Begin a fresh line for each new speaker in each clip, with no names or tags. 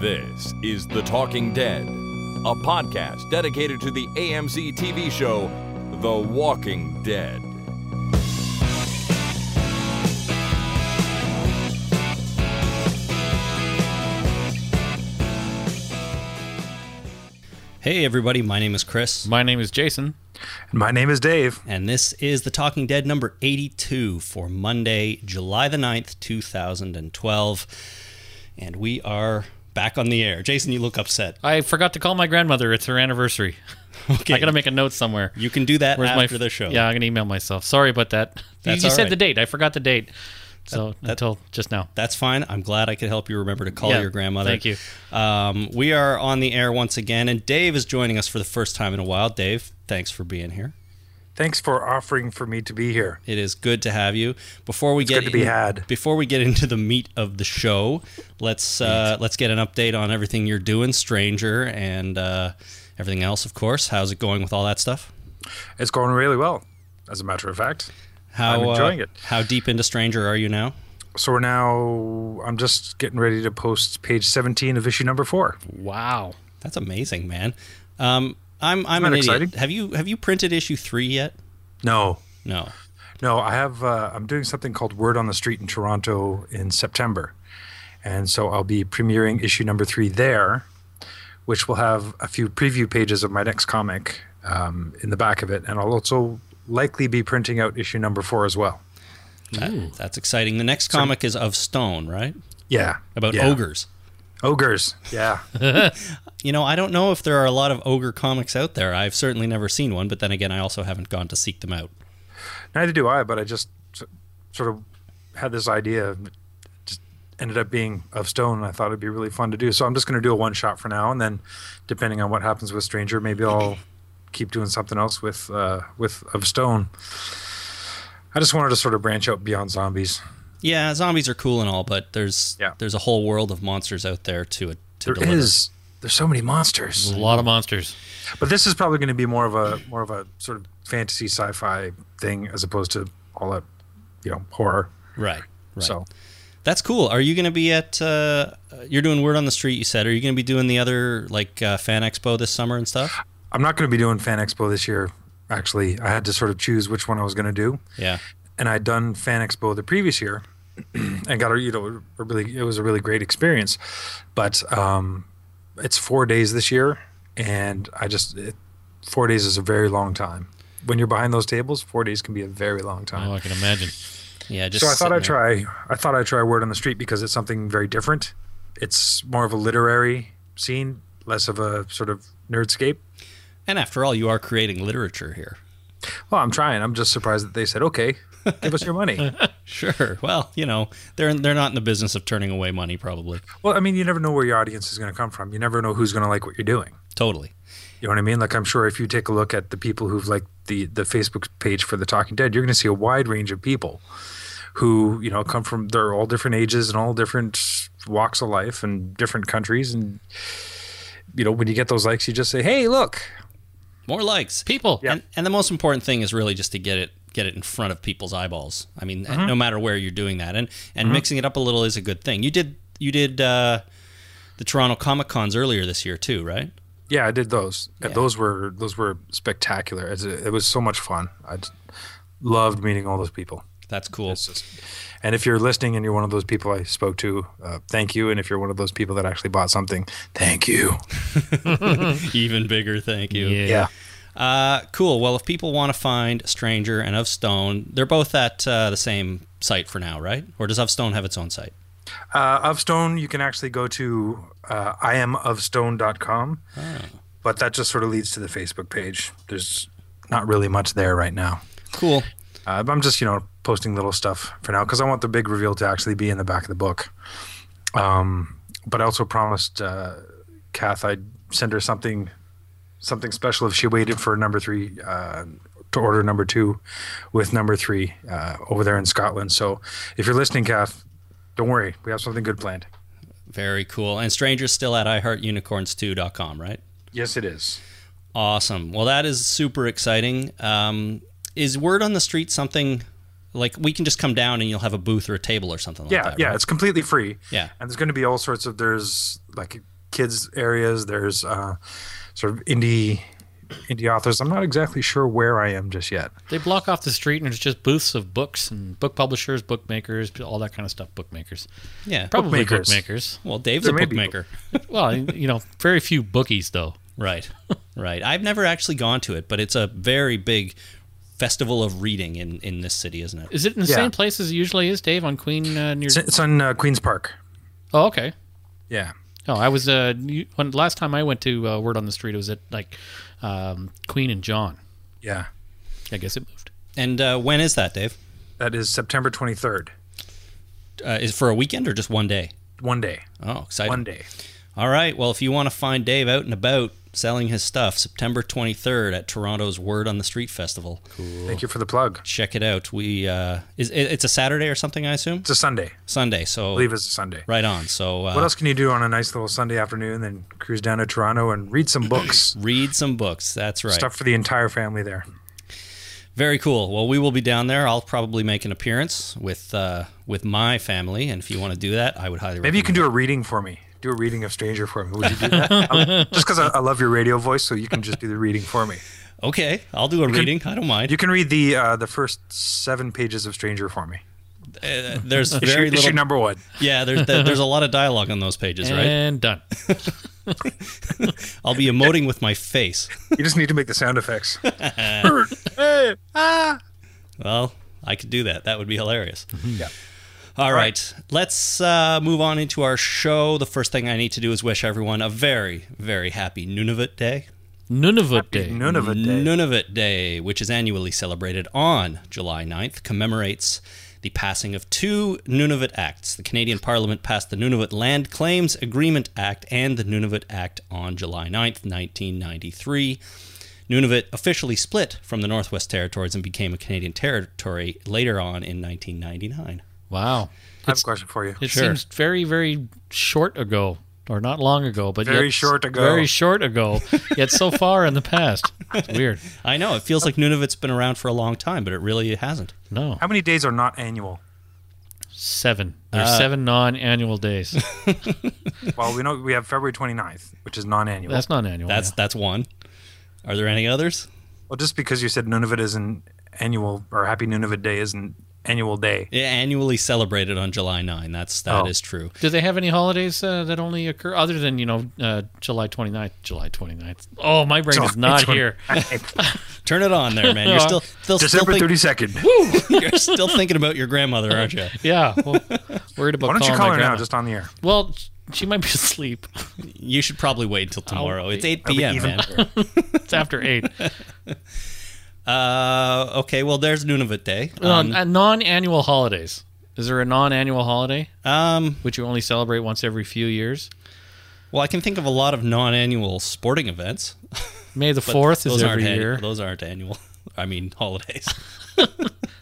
This is The Talking Dead, a podcast dedicated to the AMC TV show The Walking Dead.
Hey, everybody, my name is Chris,
My name is Jason.
My name is Dave.
and this is The Talking Dead number 82 for Monday, July the 9th, 2012. And we are back on the air. Jason, you look upset.
I forgot to call my grandmother. It's her anniversary.
Okay.
I gotta make a note somewhere.
you can do that
Where's my
after the show.
Yeah, I'm gonna email myself. Sorry about that. You-
That's
you
all
said
right.
the date. I forgot the date. So until just now.
That's fine. I'm glad I could help you remember to call
Yeah,
your grandmother.
thank you.
Um, we are on the air once again, and Dave is joining us for the first time in a while. Dave, thanks for being here.
Thanks for offering for me to be here.
It is good to have you. Before we get
good to be had.
Before we get into the meat of the show, let's uh, let's get an update on everything you're doing, Stranger, and uh, everything else, of course. How's it going with all that stuff?
It's going really well, as a matter of fact.
How
I'm enjoying
uh,
it.
How deep into Stranger are you now?
So we're now, I'm just getting ready to post page 17 of issue number four.
Wow.
That's amazing, man. Um, I'm I'm
Isn't
an
that
idiot.
exciting?
Have you have you printed issue three yet?
No,
No.
no, I have, uh, I'm doing something called Word on the Street in Toronto in September. And so I'll be premiering issue number three there, which will have a few preview pages of my next comic um, in the back of it. And I'll also likely be printing out issue number four as well.
That- that's exciting. The next comic is of Stone, right?
Yeah.
About
yeah.
ogres.
Ogres. Yeah.
You know, I don't know if there are a lot of ogre comics out there. I've certainly never seen one, but then again, I also haven't gone to seek them out.
Neither do I, but I just s- sort of had this idea, of- just ended up being of stone, and I thought it'd be really fun to do. So I'm just going to do a one shot for now, and then depending on what happens with Stranger, maybe I'll keep doing something else with uh, with of stone. I just wanted to sort of branch out beyond zombies.
Yeah, zombies are cool and all, but there's
Yeah.
there's a whole world of monsters out there to to
There is
deliver. Mm-hmm.
there's so many monsters,
A lot of monsters.
but this is probably going to be more of a more of a sort of fantasy sci-fi thing as opposed to all that you know horror.
Right. Right.
So
That's cool. Are you going to be at? Uh, you're doing Word on the Street. You said. Are you going to be doing the other like uh, fan expo this summer and stuff?
I'm not going to be doing Fan Expo this year. Actually, I had to sort of choose which one I was going to do,
Yeah.
and I'd done Fan Expo the previous year, and got a you know a really it was a really great experience, but um, it's four days this year, and I just it, four days is a very long time. When you're behind those tables, four days can be a very long time.
Oh, I can imagine.
Yeah. Just
so I thought
sitting
I'd
there.
try. I thought I'd try Word on the Street because it's something very different. It's more of a literary scene, less of a sort of nerdscape.
And after all, you are creating literature here.
Well, Oh, I'm trying. I'm just surprised that they said, okay, give us your money.
Sure. Well, you know, they're they're not in the business of turning away money, probably.
well, I mean, you never know where your audience is going to come from. You never know who's going to like what you're doing.
Totally.
You know what I mean? Like, I'm sure if you take a look at the people who've liked the, the Facebook page for The Talking Dead, you're going to see a wide range of people who, you know, come from, they're all different ages and all different walks of life and different countries. And, you know, when you get those likes, you just say, hey, look,
More likes.
People.
And, and the most important thing is really just to get it get it in front of people's eyeballs. I mean, and no matter where you're doing that, and and mixing it up a little is a good thing. You did you did uh, the Toronto Comic Cons earlier this year too, right?
Yeah, I did those. And Those were those were spectacular. It's- It was so much fun. I just loved meeting all those people.
That's cool.
It's just- and if you're listening and you're one of those people I spoke to, uh, thank you. And if you're one of those people that actually bought something, thank you.
Even bigger, thank you.
Yeah.
Uh, cool. Well, if people want to find Stranger and Of Stone, they're both at uh, the same site for now, right? Or does Of Stone have its own site?
Uh, of Stone, you can actually go to uh, iamofstone.com, but that just sort of leads to the Facebook page. There's not really much there right now.
Cool.
Uh, but I'm just, you know, posting little stuff for now because I want the big reveal to actually be in the back of the book. Um, but I also promised uh, Kath I'd send her something, something special if she waited for number three uh, to order number two, with number three uh, over there in Scotland. So if you're listening, Kath, don't worry, we have something good planned.
Very cool. And Stranger's still at iHeartUnicorns2.com, right?
Yes, it is.
Awesome. Well, that is super exciting. Um, is word on the street something like we can just come down and you'll have a booth or a table or something like
Yeah,
that?
yeah,
right?
it's completely free.
Yeah.
and there's going to be all sorts of there's like kids areas. There's uh, sort of indie indie authors. I'm not exactly sure where I am just yet.
They block off the street, and there's just booths of books and book publishers, bookmakers, all that kind of stuff. Bookmakers,
Yeah.
probably
Bookmakers.
bookmakers.
Well, Dave's
There
a
may be-
bookmaker.
Well, you know, very few bookies though.
Right. Right. I've never actually gone to it, but it's a very big festival of reading in, in this city, isn't it?
Is it in the
Yeah.
same place as it usually is, Dave? On Queen uh, near?
It's, it's on uh, Queens Park.
Oh, okay.
Yeah.
No, I was uh you- when last time I went to uh, Word on the Street, it was at like um, Queen and John.
Yeah.
I guess it moved.
And uh, when is that, Dave?
That is September 23rd.
Uh, is it for a weekend or just one day?
One day.
Oh, exciting.
One day.
All right. Well, if you want to find Dave out and about selling his stuff, September 23rd at Toronto's Word on the Street Festival.
Thank you for the plug.
Check it out. We uh, is it, it's a Saturday or something, I assume.
It's a Sunday. I
Sunday. So
believe it's a Sunday.
right on. So uh,
What else can you do on a nice little Sunday afternoon? Then cruise down to Toronto and read some books.
read some books. That's right.
Stuff for the entire family there.
Very cool. Well, we will be down there. I'll probably make an appearance with uh, with my family, and if you want to do that, I would highly
Maybe you can
recommend.
do a reading for me. Do a reading of Stranger for me. Would you do that? I- just because I, I love your radio voice, so you can just do the reading for me.
Maybe you can. Okay, I'll do a reading. I don't mind.
You can read the uh, the first seven pages of Stranger for me.
Uh, there's
Issue,
very
issue
little.
number one.
yeah, there's there's a lot of dialogue on those pages, right?
And done.
I'll be emoting with my face.
You just need to make the sound effects.
Well, I could do that. That would be hilarious.
Yeah.
All right. Let's uh, move on into our show. The first thing I need to do is wish everyone a very, very happy Nunavut Day.
Nunavut Day.
None of it. Dave.
Nunavut Day, which is annually celebrated on July 9th, commemorates the passing of two Nunavut Acts. The Canadian Parliament passed the Nunavut Land Claims Agreement Act and the Nunavut Act on July 9th, 1993. Nunavut officially split from the Northwest Territories and became a Canadian territory later on in 1999.
Wow.
I have a question for you.
It
Sure.
seems very, very short ago, or not long ago, but
Very
yet-
short ago.
Very short ago, yet so far in the past. It's weird.
I know, it feels like Nunavut's been around for a long time, but it really hasn't.
No,
How many days are not annual?
seven. There's seven non-annual days.
Well, we know we have February 29th, which is non-annual.
That's non-annual.
That's that's one. Are there any others?
well, just because you said none of it is an annual or Happy Nunavut Day is an annual day.
Yeah, annually celebrated on July 9. That's that is
Oh.
true.
Do they have any holidays uh, that only occur other than, you know, uh, July 29th? July 29th. Oh, my brain is not here.
Turn it on there, man. You're still still, still,
December
think-
32nd.
you're still thinking about your grandmother, aren't you?
Yeah. Well, worried about
Why don't you
calling
call
Oh my
her now,
grandma.
just on the air?
Well, she might be asleep.
You should probably wait until tomorrow. it's 8 p.m.
even
man.
It's after 8.
Uh, okay, well there's Nunavut Day.
Um, uh, non-annual holidays. Is there a non-annual holiday
Um,
which you only celebrate once every few years?
well I can think of a lot of non-annual sporting events.
May the 4th
Those
is
aren't
every
annu-
year.
those aren't annual. I mean holidays.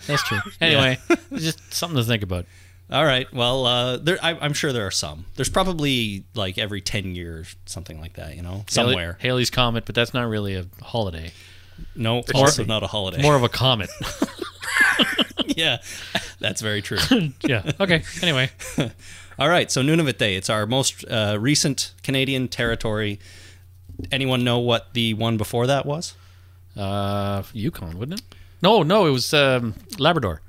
That's true. Anyway, it's just something to think about.
All right. Well, uh, there I, I'm sure there are some. There's probably like every 10 years something like that, you know.
Haley-
Somewhere.
Haley's Comet, but that's not really a holiday.
No, also not a holiday.
More of a comet.
yeah. That's very true.
yeah. Okay. Anyway.
All right, so Nunavut Day. It's our most uh, recent Canadian territory. Anyone know what the one before that was?
Uh, Yukon, wouldn't it? No, no, it was um, Labrador.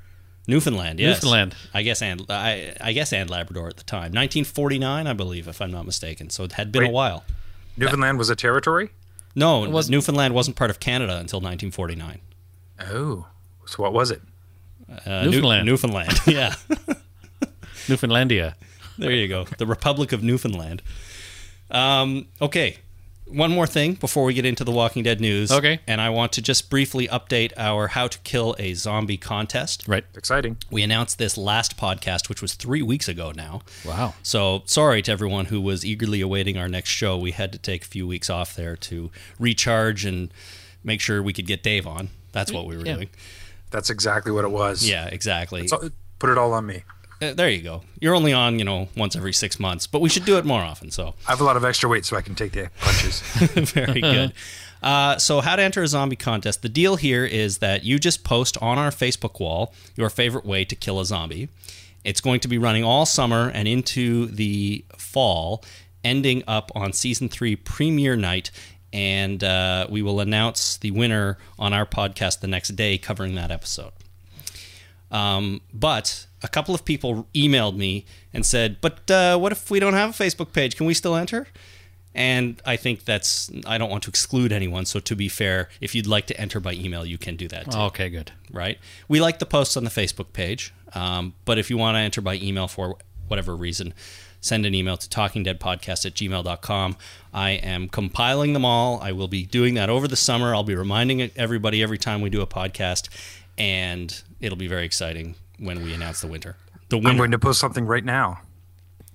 Newfoundland. Yes.
Newfoundland.
I guess and I, I guess and Labrador at the time, 1949, I believe, if I'm not mistaken. So it had been a
Wait.
while.
Newfoundland was a territory?
No,
wasn't-
Newfoundland wasn't part of Canada until 1949.
Oh. So what was it?
Uh, New-
Newfoundland.
Newfoundland. yeah.
Newfoundlandia.
There you go. The Republic of Newfoundland. Um, okay. One more thing before we get into the Walking Dead news.
Okay.
And I want to just briefly update our How to Kill a Zombie contest.
Right.
Exciting.
We announced this last podcast, which was three weeks ago now.
Wow.
So sorry to everyone who was eagerly awaiting our next show. We had to take a few weeks off there to recharge and make sure we could get Dave on. That's what we were
Yeah.
doing.
That's exactly what it was.
Yeah, exactly.
So, put it all on me.
Uh, there you go. You're only on, you know, once every six months, but we should do it more often. So
I have a lot of extra weight so I can take the punches.
Very good. Uh, so, how to enter a zombie contest. The deal here is that you just post on our Facebook wall your favorite way to kill a zombie. It's going to be running all summer and into the fall. ending up on season three premiere night. And uh, we will announce the winner on our podcast the next day covering that episode. Um, but a couple of people emailed me and said, "But uh, what if we don't have a Facebook page? Can we still enter?" And I think that's I don't want to exclude anyone. So to be fair, if you'd like to enter by email, you can do that. Too,
Okay, good.
Right? We like the posts on the Facebook page, um, but if you want to enter by email for whatever reason, send an email to talkingdeadpodcast at gmail.com. I am compiling them all. I will be doing that over the summer. I'll be reminding everybody every time we do a podcast, and it'll be very exciting when we announce the winter. The
I'm
winner.
going to post something right now.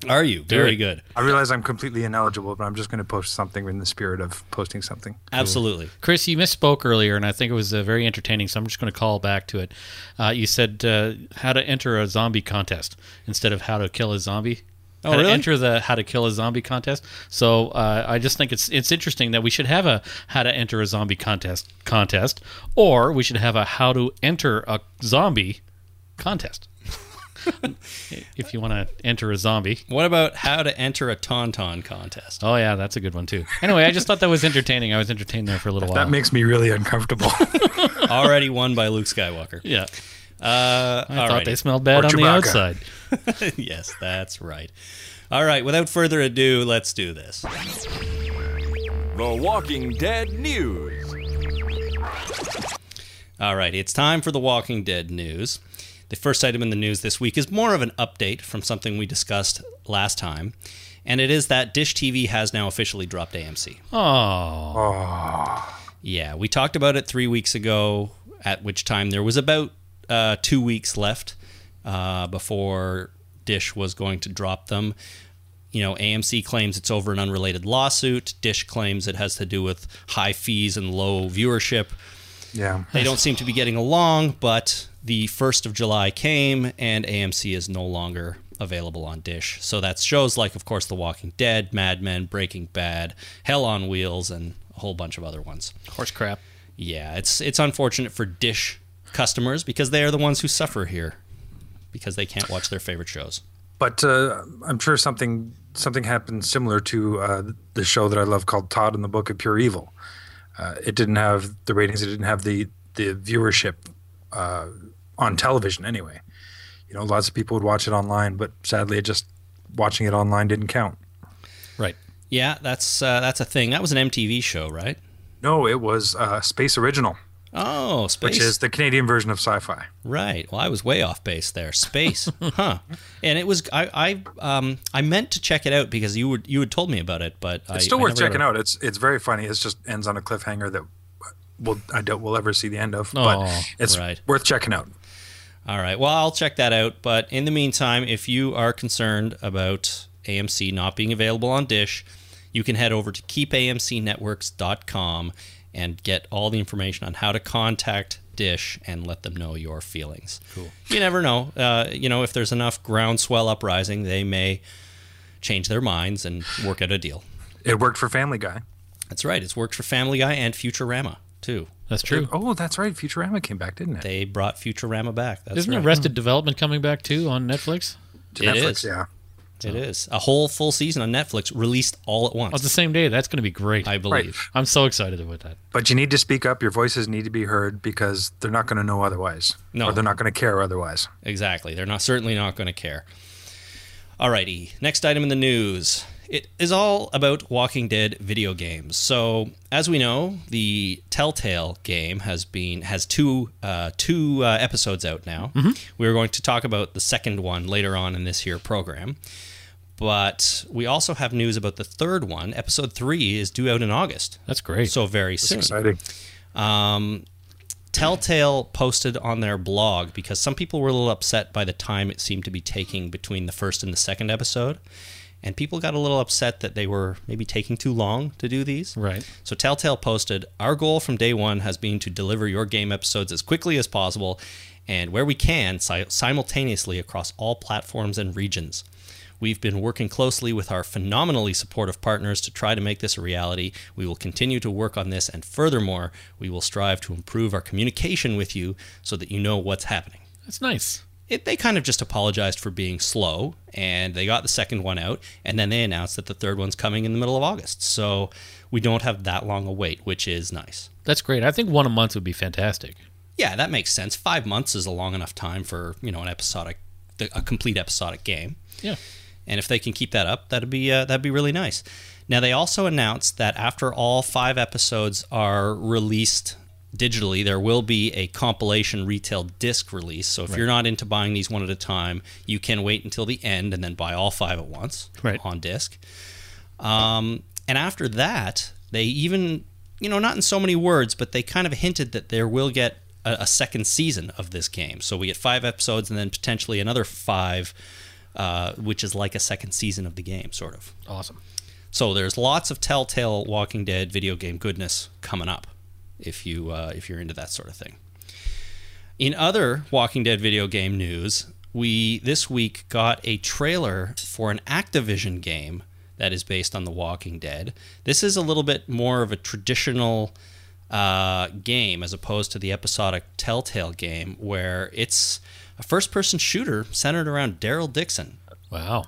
Are you? Very
it.
good.
I realize I'm completely ineligible, but I'm just going to post something in the spirit of posting something.
Absolutely.
Chris, you misspoke earlier, and I think it was uh, very entertaining. So I'm just going to call back to it. Uh, you said uh, how to enter a zombie contest instead of how to kill a zombie.
Oh,
how to
really?
enter the how to kill a zombie contest. So uh, I just think it's it's interesting that we should have a how to enter a zombie contest contest, or we should have a how to enter a zombie contest. if you want to enter a zombie.
What about how to enter a tauntaun contest?
Oh yeah, that's a good one too. Anyway, I just thought that was entertaining. I was entertained there for a little while.
That makes me really uncomfortable.
Already won by Luke Skywalker.
yeah.
Uh,
I thought they
alrighty.
smelled bad
Or
on the
Chewbacca.
outside.
yes, that's right. All right, without further ado, let's do this.
The Walking Dead News.
All right, it's time for the Walking Dead news. The first item in the news this week is more of an update from something we discussed last time, and it is that Dish TV has now officially dropped AMC.
Oh,
Yeah, we talked about it three weeks ago, at which time there was about uh, two weeks left uh, before Dish was going to drop them. You know, AMC claims it's over an unrelated lawsuit. Dish claims it has to do with high fees and low viewership.
yeah.
They don't seem to be getting along, but the 1st of July came and AMC is no longer available on Dish. So that's shows like, of course, The Walking Dead, Mad Men, Breaking Bad, Hell on Wheels, and a whole bunch of other ones.
horse crap.
Yeah, it's it's unfortunate for Dish customers because they are the ones who suffer here because they can't watch their favorite shows.
But uh, I'm sure something something happened similar to uh, the show that I love called Todd and the Book of Pure Evil. Uh, it didn't have the ratings. It didn't have the the viewership uh, on television anyway. You know, lots of people would watch it online, but sadly, it just watching it online didn't count.
Right.
Yeah, that's uh, that's a thing. That was an MTV show, right?
No, it was uh, Space Original,
Oh, space.
which is the Canadian version of sci-fi.
right. Well, I was way off base there. Space, huh? And it was I I um I meant to check it out because you would you had told me about it, but I,
It's still
I
worth
never-
checking out. It's it's very funny. It just ends on a cliffhanger that we'll, I doubt we'll ever see the end of.
Oh,
but it's
right.
worth checking out.
All right. Well, I'll check that out. But in the meantime, if you are concerned about AMC not being available on Dish, you can head over to keepamcnetworks.com and get all the information on how to contact Dish and let them know your feelings. Cool. You never know. Uh, you know, if there's enough groundswell uprising, they may change their minds and work out a deal.
It worked for Family Guy.
That's right. It's worked for Family Guy and Futurama, too.
That's true.
Oh, that's right. Futurama came back, didn't it?
They brought Futurama back. That's
Isn't
right.
Arrested Development coming back too on Netflix? Oh,
To
It
Netflix,
is.
yeah.
It is. A whole full season on Netflix released all at once.
Oh, it's the same day. That's going to be great.
I
I,
believe.
Right.
am so excited about that.
But you need to speak up. Your voices need to be heard because they're not going to know otherwise.
No. Hmm.
Or they're not going to care otherwise.
Exactly. They're not certainly not going to care. Alrighty. Next item in the news. It is all about Walking Dead video games. So, as we know, the Telltale game has been has two uh, two uh, episodes out now.
Mm-hmm.
We are going to talk about the second one later on in this here program. But we also have news about the third one. Episode three is due out in August,
That's great.
so very soon.
Exciting.
Um, Telltale posted on their blog because some people were a little upset by the time it seemed to be taking between the first and the second episode. And people got a little upset that they were maybe taking too long to do these.
right.
So Telltale posted, Our goal from day one has been to deliver your game episodes as quickly as possible and where we can si- simultaneously across all platforms and regions. We've been working closely with our phenomenally supportive partners to try to make this a reality. We will continue to work on this, and furthermore, we will strive to improve our communication with you so that you know what's happening.
That's nice.
it, they kind of just apologized for being slow, and they got the second one out, and then they announced that the third one's coming in the middle of August. So we don't have that long a wait, which is nice.
That's great. I think one a month would be fantastic.
Yeah, that makes sense. Five months is a long enough time for you know an episodic, the- a complete episodic game.
Yeah.
and if they can keep that up, that'd be uh, that'd be really nice. Now they also announced that after all five episodes are released digitally, there will be a compilation retail disc release. So if you're not into buying these one at a time, you can wait until the end and then buy all five at once
Right.
on disc. Um, and after that, they even you know not in so many words, but they kind of hinted that there will get a, a second season of this game. So we get five episodes and then potentially another five uh, which is like a second season of the game, sort of.
Awesome.
So there's lots of Telltale Walking Dead video game goodness coming up, if you uh, if you're into that sort of thing. In other Walking Dead video game news, we this week got a trailer for an Activision game that is based on The Walking Dead. This is a little bit more of a traditional uh, game as opposed to the episodic Telltale game, where it's a first-person shooter centered around Daryl Dixon.
Wow.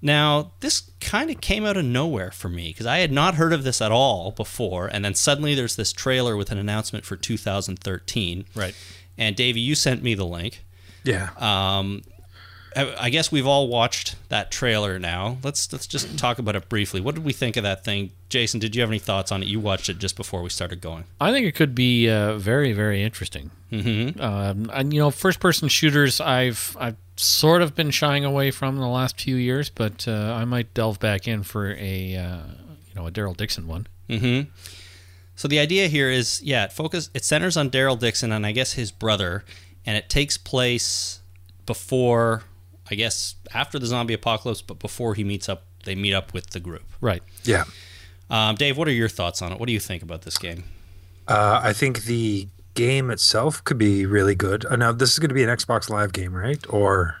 Now, this kind of came out of nowhere for me because I had not heard of this at all before. And then suddenly there's this trailer with an announcement for 2013.
Right.
And Davey, you sent me the link.
Yeah.
Um, I I guess we've all watched that trailer now. Let's let's just talk about it briefly. What did we think of that thing, Jason? Did you have any thoughts on it? You watched it just before we started going.
I think it could be uh, very, very interesting. Mm-hmm. Um, and you know, first-person shooters, I've I've sort of been shying away from in the last few years, but uh, I might delve back in for a uh, you know a Daryl Dixon one.
So the idea here is, yeah, it focus. It centers on Daryl Dixon and I guess his brother, and it takes place before, I guess, after the zombie apocalypse, but before he meets up. They meet up with the group.
Right.
yeah.
Um, Dave, what are your thoughts on it? What do you think about this game?
Uh, I think the game itself could be really good. Uh, now, this is going to be an Xbox Live game, right? Or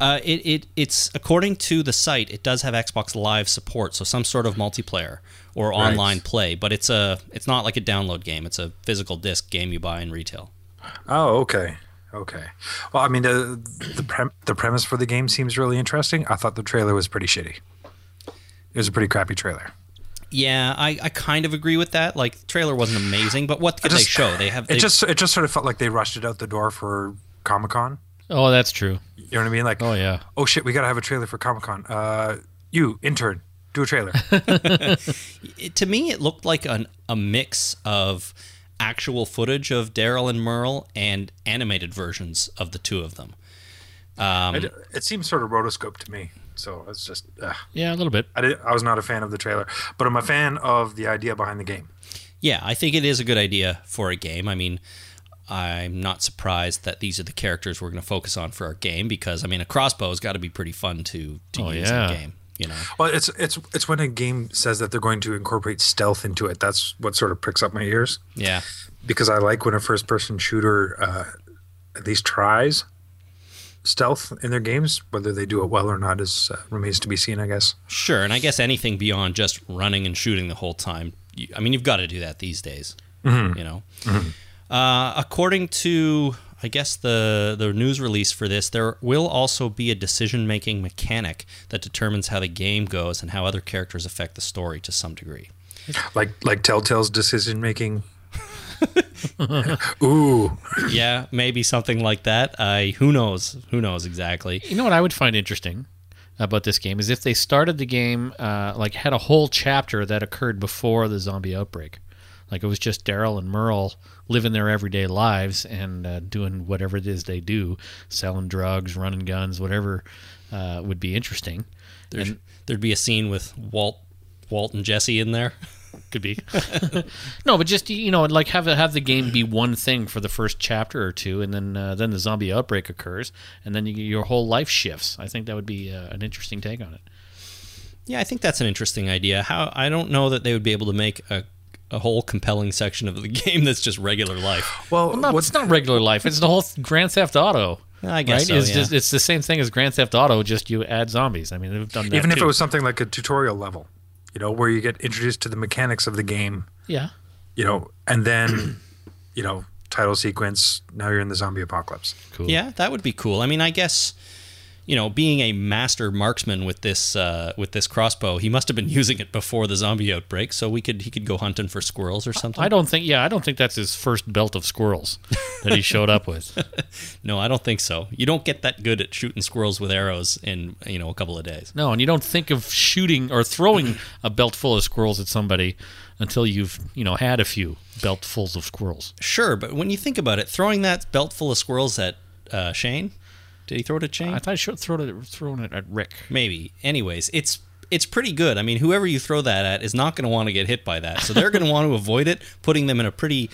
Uh, it, it it's according to the site, it does have Xbox Live support, so some sort of multiplayer or
Right.
online play. But it's a it's not like a download game; it's a physical disc game you buy in retail.
oh, okay, okay. Well, I mean, the the, prem- the premise for the game seems really interesting. I thought the trailer was pretty shitty. It was a pretty crappy trailer.
Yeah, I, I kind of agree with that. Like, the trailer wasn't amazing, but what could they
just-
show? They have
It
they-
just it just sort of felt like they rushed it out the door for Comic Con.
Oh, that's true.
You know what I mean? Like,
Oh yeah.
oh shit, we gotta have a trailer for Comic Con. Uh, you intern, do a trailer.
it, to me it looked like an, a mix of actual footage of Daryl and Merle and animated versions of the two of them.
Um,
I d- it seems sort of rotoscope to me. So it's just uh,
Yeah, a little bit.
I did, I was not a fan of the trailer, but I'm a fan of the idea behind the game.
Yeah, I think it is a good idea for a game. I mean, I'm not surprised that these are the characters we're going to focus on for our game because I mean, a crossbow's got to be pretty fun to to
Oh,
use in
yeah.
a game, you know.
Well, it's it's it's when a game says that they're going to incorporate stealth into it. That's what sort of pricks up my ears
Yeah.
because I like when a first-person shooter uh, at least tries stealth in their games. Whether they do it well or not is uh, remains to be seen, I guess.
Sure, and I guess anything beyond just running and shooting the whole time. You, I mean, you've got to do that these days. You know. Uh, according to I guess the the news release for this, there will also be a decision making mechanic that determines how the game goes and how other characters affect the story to some degree.
Like like Telltale's decision making. Ooh,
yeah, maybe something like that. I who knows? Who knows exactly?
You know what I would find interesting about this game is if they started the game uh, like had a whole chapter that occurred before the zombie outbreak, like it was just Daryl and Merle living their everyday lives and uh, doing whatever it is they do, selling drugs, running guns, whatever uh, would be interesting.
There's, there'd be a scene with Walt, Walt and Jesse in there.
Could be. no, but just you know, like have have the game be one thing for the first chapter or two, and then uh, then the zombie outbreak occurs, and then you, your whole life shifts. I think that would be uh, an interesting take on it.
Yeah, I think that's an interesting idea. How I don't know that they would be able to make a a whole compelling section of the game that's just regular life.
well,
Well, no,
what's
it's not regular life. It's the whole th- Grand Theft Auto.
I guess so,
it's,
yeah.
just, it's the same thing as Grand Theft Auto, just you add zombies. I mean, they've done that
even if
too.
it was something like a tutorial level, you know, where you get introduced to the mechanics of the game,
yeah,
you know, and then, you know, title sequence. Now you're in the zombie apocalypse.
Cool.
Yeah, that would be cool. I mean, I guess you know, being a master marksman with this uh, with this crossbow, he must have been using it before the zombie outbreak, so we could he could go hunting for squirrels or something.
I don't think. Yeah, I don't think that's his first belt of squirrels that he showed up with.
no, I don't think so. You don't get that good at shooting squirrels with arrows in you know a couple of days.
No, and you don't think of shooting or throwing a belt full of squirrels at somebody until you've you know had a few beltfuls of squirrels.
Sure, but when you think about it, throwing that belt full of squirrels at uh, Shane, did he throw it at Shane?
I thought I should have thrown it, thrown it at Rick.
Maybe. Anyways, it's it's pretty good. I mean, whoever you throw that at is not going to want to get hit by that, so they're going to want to avoid it, putting them in a pretty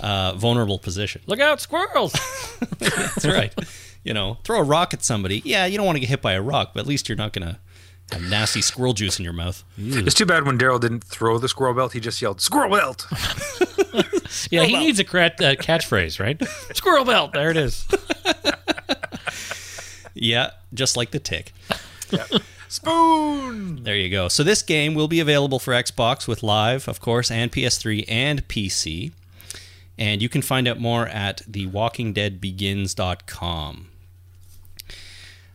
uh, vulnerable position.
Look out, squirrels!
That's right. You know, throw a rock at somebody. Yeah, you don't want to get hit by a rock, but at least you're not going to have nasty squirrel juice in your mouth.
It's too bad when Daryl didn't throw the squirrel belt. He just yelled squirrel belt.
yeah, he needs a crat, uh, catchphrase, right? Squirrel belt. There it is.
Yeah, just like the tick.
Spoon.
There you go. So this game will be available for Xbox with Live, of course, and PS3 and PC. And you can find out more at thewalkingdeadbegins.com.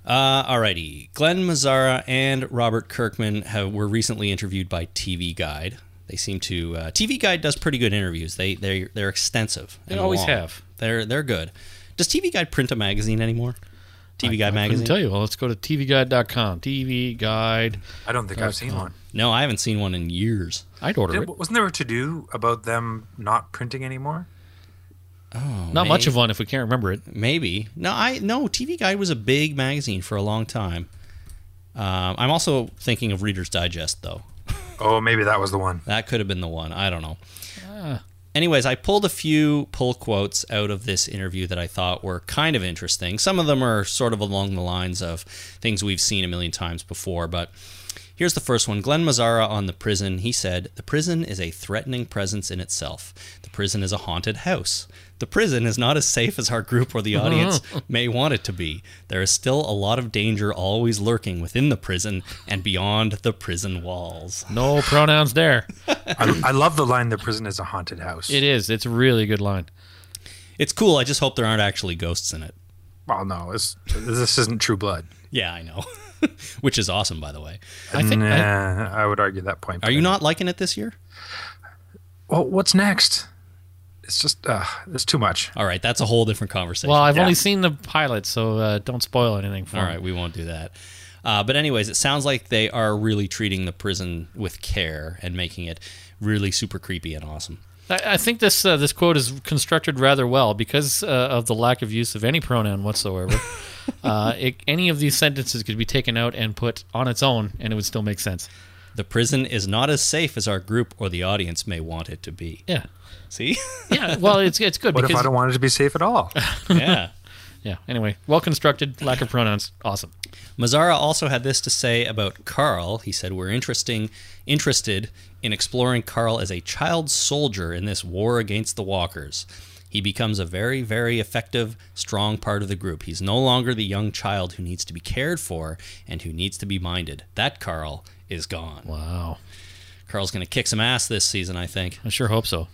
Uh, alrighty. Glenn Mazzara and Robert Kirkman have, were recently interviewed by TV Guide. They seem to uh, TV Guide does pretty good interviews. They they they're extensive.
They
and
always
long.
have.
They're they're good. Does TV Guide print a magazine anymore? TV Guide
I can
magazine.
tell you. Well, let's go to tvguide.com. TV Guide.
I don't think I've seen one.
No, I haven't seen one in years.
I'd order it.
Did- wasn't there a to do about them not printing anymore?
Not much of one if we can't remember it.
Maybe. No, I no. TV Guide was a big magazine for a long time. Um, I'm also thinking of Reader's Digest though.
Oh, maybe that was the one.
That could have been the one. I don't know. Anyways, I pulled a few pull quotes out of this interview that I thought were kind of interesting. Some of them are sort of along the lines of things we've seen a million times before, but here's the first one. Glenn Mazzara on the prison. He said, The prison is a threatening presence in itself. The prison is a haunted house. The prison is not as safe as our group or the audience may want it to be. There is still a lot of danger always lurking within the prison and beyond the prison walls.
No pronouns there.
I, I love the line "The prison is a haunted house."
It is. It's a really good line.
It's cool. I just hope there aren't actually ghosts in it.
well, no, it's, this isn't True Blood.
Yeah, I know. Which is awesome, by the way.
I think I-
nah, I, would argue that point.
Are you not liking it this year?
Well, what's next? It's just uh, it's too much.
All right, that's a whole different conversation.
Well, I've
Yeah.
only seen the pilot, so uh, don't spoil anything for
All
me.
right, we won't do that. Uh, but, anyways, it sounds like they are really treating the prison with care and making it really super creepy and awesome.
I, I think this uh, this quote is constructed rather well because uh, of the lack of use of any pronoun whatsoever. uh, it, any of these sentences could be taken out and put on its own, and it would still make sense.
The prison is not as safe as our group or the audience may want it to be.
Yeah,
See?
yeah. Well, it's it's good
What if I
because
don't want it to be safe at all?
yeah.
yeah. Anyway, well constructed, lack of pronouns, awesome.
Mazzara also had this to say about Carl. He said, "We're interesting, interested in exploring Carl as a child soldier in this war against the Walkers. He becomes a very, very effective, strong part of the group. He's no longer the young child who needs to be cared for and who needs to be minded. That Carl is gone.
Wow,
Carl's going to kick some ass this season, I think."
I sure hope so.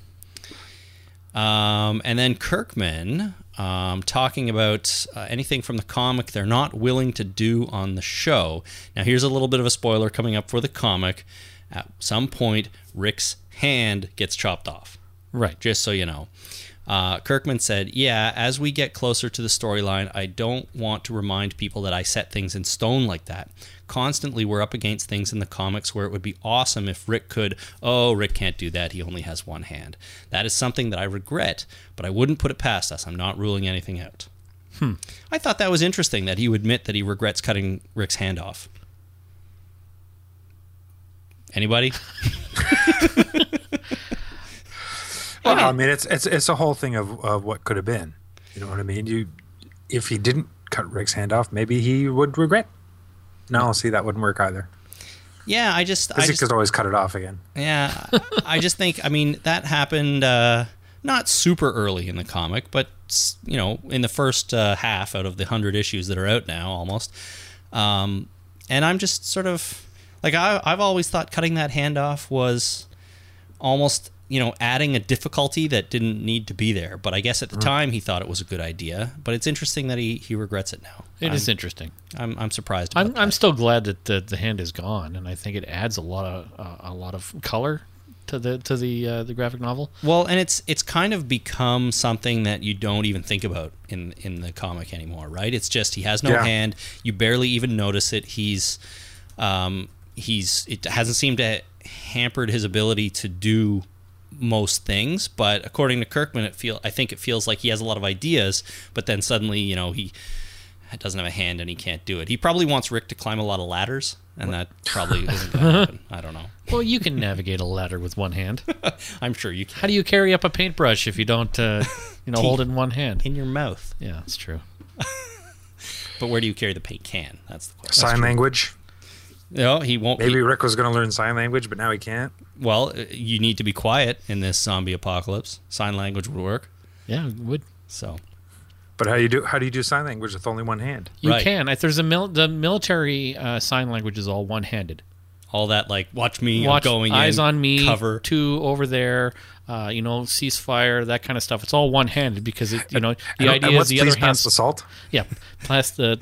Um, and then Kirkman um, talking about uh, anything from the comic they're not willing to do on the show. Now, here's a little bit of a spoiler coming up for the comic. At some point, Rick's hand gets chopped off
Right.
just so you know. Uh, Kirkman said, Yeah, as we get closer to the storyline, I don't want to remind people that I set things in stone like that. Constantly, we're up against things in the comics where it would be awesome if Rick could, oh, Rick can't do that. He only has one hand. That is something that I regret, but I wouldn't put it past us. I'm not ruling anything out. Hmm. I thought that was interesting that he would admit that he regrets cutting Rick's hand off. Anybody?
Well, I mean, it's it's it's a whole thing of, of what could have been. You know what I mean? You, if he didn't cut Rick's hand off, maybe he would regret. No, see, that wouldn't work either.
Yeah, I just. I
Isaac
just
could always cut it off again.
Yeah, I just think I mean that happened uh, not super early in the comic, but s- you know, in the first uh, half out of the hundred issues that are out now, almost. Um, and I'm just sort of like I, I've always thought cutting that hand off was almost you know, adding a difficulty that didn't need to be there. But I guess at the time he thought it was a good idea. But it's interesting that he, he regrets it now.
It is
I'm,
interesting.
I'm, I'm surprised. About
I'm, I'm still glad that the, the hand is gone, and I think it adds a lot of uh, a lot of color to the to the uh, the graphic novel.
Well, and it's it's kind of become something that you don't even think about in in the comic anymore, right? It's just he has no
Yeah.
hand. You barely even notice it. He's um, he's it hasn't seemed to hampered his ability to do most things, but according to Kirkman, it feel I think it feels like he has a lot of ideas, but then suddenly you know he doesn't have a hand and he can't do it. He probably wants Rick to climb a lot of ladders, and that probably isn't going to happen. I don't know.
Well, you can navigate a ladder with one hand.
I'm sure you can.
How do you carry up a paintbrush if you don't, uh, you know, hold it in one hand?
In your mouth.
Yeah, that's true.
But where do you carry the paint can? That's the question.
sign language.
No, he won't.
Maybe
Maybe.
Rick was going to learn sign language, but now he can't.
well, uh, you need to be quiet in this zombie apocalypse. Sign language would work.
Yeah, it would
So
But how you do how do you do sign language with only one hand?
you
Right.
can? If there's a mil- the military uh, sign language is all one-handed.
all that, like, watch me,
Watch
I'm going
eyes
in,
on me,
cover.
two over there. Uh, you know, ceasefire, that kind of stuff. It's all one-handed because it, you know the
And- and
idea is
what's
the
please
other
pass
hand's
the salt.
Yeah, plus the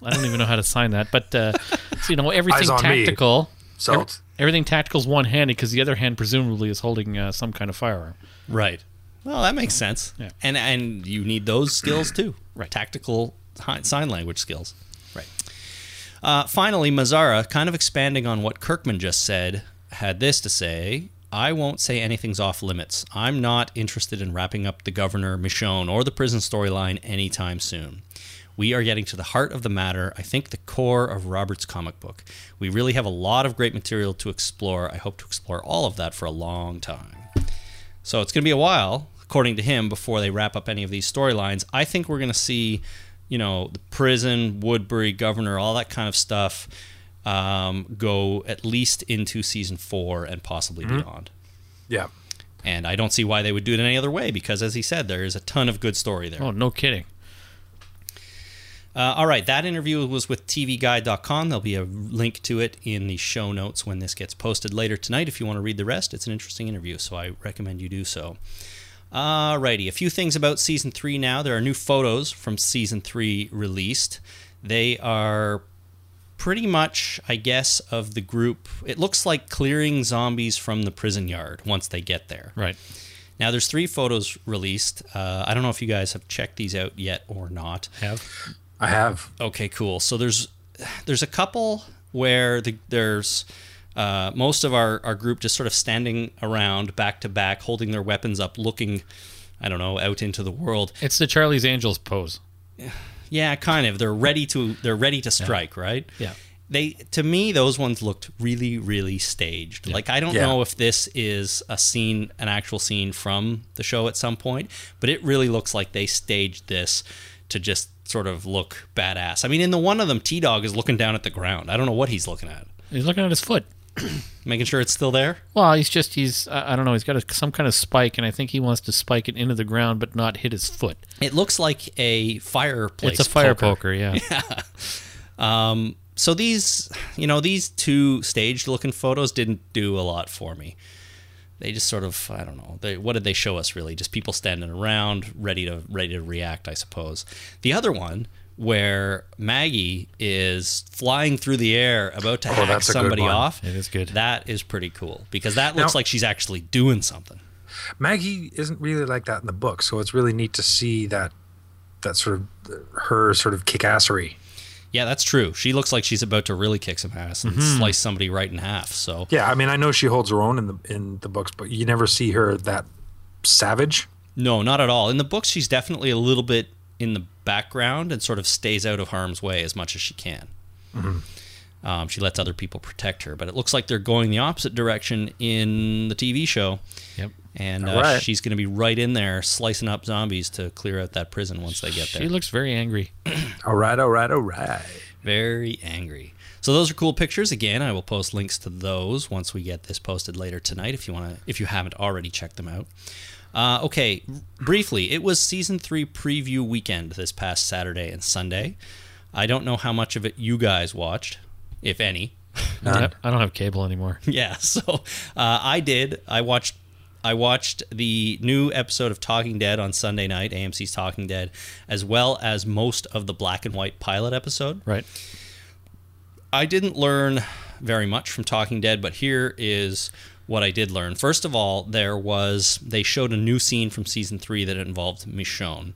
I don't even know how to sign that, but uh, so, you know everything
Eyes on me.
tactical.
Salt.
Everything tactical is one-handed because the other hand presumably is holding uh, some kind of firearm.
Right. Well, that makes sense.
Yeah.
And and you need those skills too.
Right.
Tactical hi- sign language skills. Right. Uh, finally, Mazzara, kind of expanding on what Kirkman just said, had this to say. I won't say anything's off limits. I'm not interested in wrapping up the governor, Michonne, or the prison storyline anytime soon. We are getting to the heart of the matter, I think the core of Robert's comic book. We really have a lot of great material to explore. I hope to explore all of that for a long time. So it's going to be a while, according to him, before they wrap up any of these storylines. I think we're going to see, you know, the prison, Woodbury, governor, all that kind of stuff um, go at least into season four and possibly beyond.
Yeah.
And I don't see why they would do it any other way because, as he said, there is a ton of good story there.
Oh, no kidding.
Uh, all right, that interview was with TVGuide.com. There'll be a link to it in the show notes when this gets posted later tonight. If you want to read the rest, it's an interesting interview, so I recommend you do so. Alrighty, a few things about season three now. There are new photos from season three released. They are pretty much, I guess, of the group. It looks like clearing zombies from the prison yard once they get there.
Right.
Now, there's three photos released. Uh, I don't know if you guys have checked these out yet or not.
Have
I have.
Okay, cool. So there's there's a couple where the, there's uh, most of our, our group just sort of standing around back to back, holding their weapons up, looking, I don't know, out into the world.
it's the Charlie's Angels pose.
Yeah, kind of. They're ready to they're ready to strike, right?
Yeah.
They to me those ones looked really really staged. Like I don't
Yeah.
know if this is a scene an actual scene from the show at some point, but it really looks like they staged this to just sort of look badass. I mean, in the one of them T-Dog is looking down at the ground. I don't know what he's looking at.
He's looking at his foot.
Making sure it's still there?
Well, he's just he's I I don't know. He's got a, some kind of spike, and I think he wants to spike it into the ground, but not hit his foot.
It looks like a fireplace.
It's a fire
poker.
poker, yeah.
so these you know these two staged looking photos didn't do a lot for me they just sort of i don't know they, what did they show us really just people standing around ready to ready to react i suppose the other one where maggie is flying through the air about to hack
Oh, that's a good
somebody
one.
off
It is good.
that is pretty cool because that looks
Now-
like she's actually doing something
Maggie isn't really like that in the book, so it's really neat to see that that sort of her sort of kickassery.
yeah that's true she looks like she's about to really kick some ass and
Mm-hmm.
slice somebody right in half so
Yeah, I mean, I know she holds her own in the in the books, but you never see her that savage.
No, not at all. In the books, she's definitely a little bit in the background and sort of stays out of harm's way as much as she can.
Mm-hmm.
Um, she lets other people protect her, but it looks like they're going the opposite direction in the TV show,
Yep.
and uh,
All right.
she's going to be right in there slicing up zombies to clear out that prison once they get there.
She looks very angry.
All right, all right, all right.
Very angry. So those are cool pictures. Again, I will post links to those once we get this posted later tonight. If you want to, if you haven't already checked them out. Uh, okay, briefly, it was season three preview weekend this past Saturday and Sunday. I don't know how much of it you guys watched, if any.
I don't have cable anymore.
yeah, so uh, I did. I watched I watched the new episode of Talking Dead on Sunday night, AMC's Talking Dead, as well as most of the black and white pilot episode.
Right.
I didn't learn very much from Talking Dead, but here is what I did learn. First of all, there was they showed a new scene from season three that involved Michonne,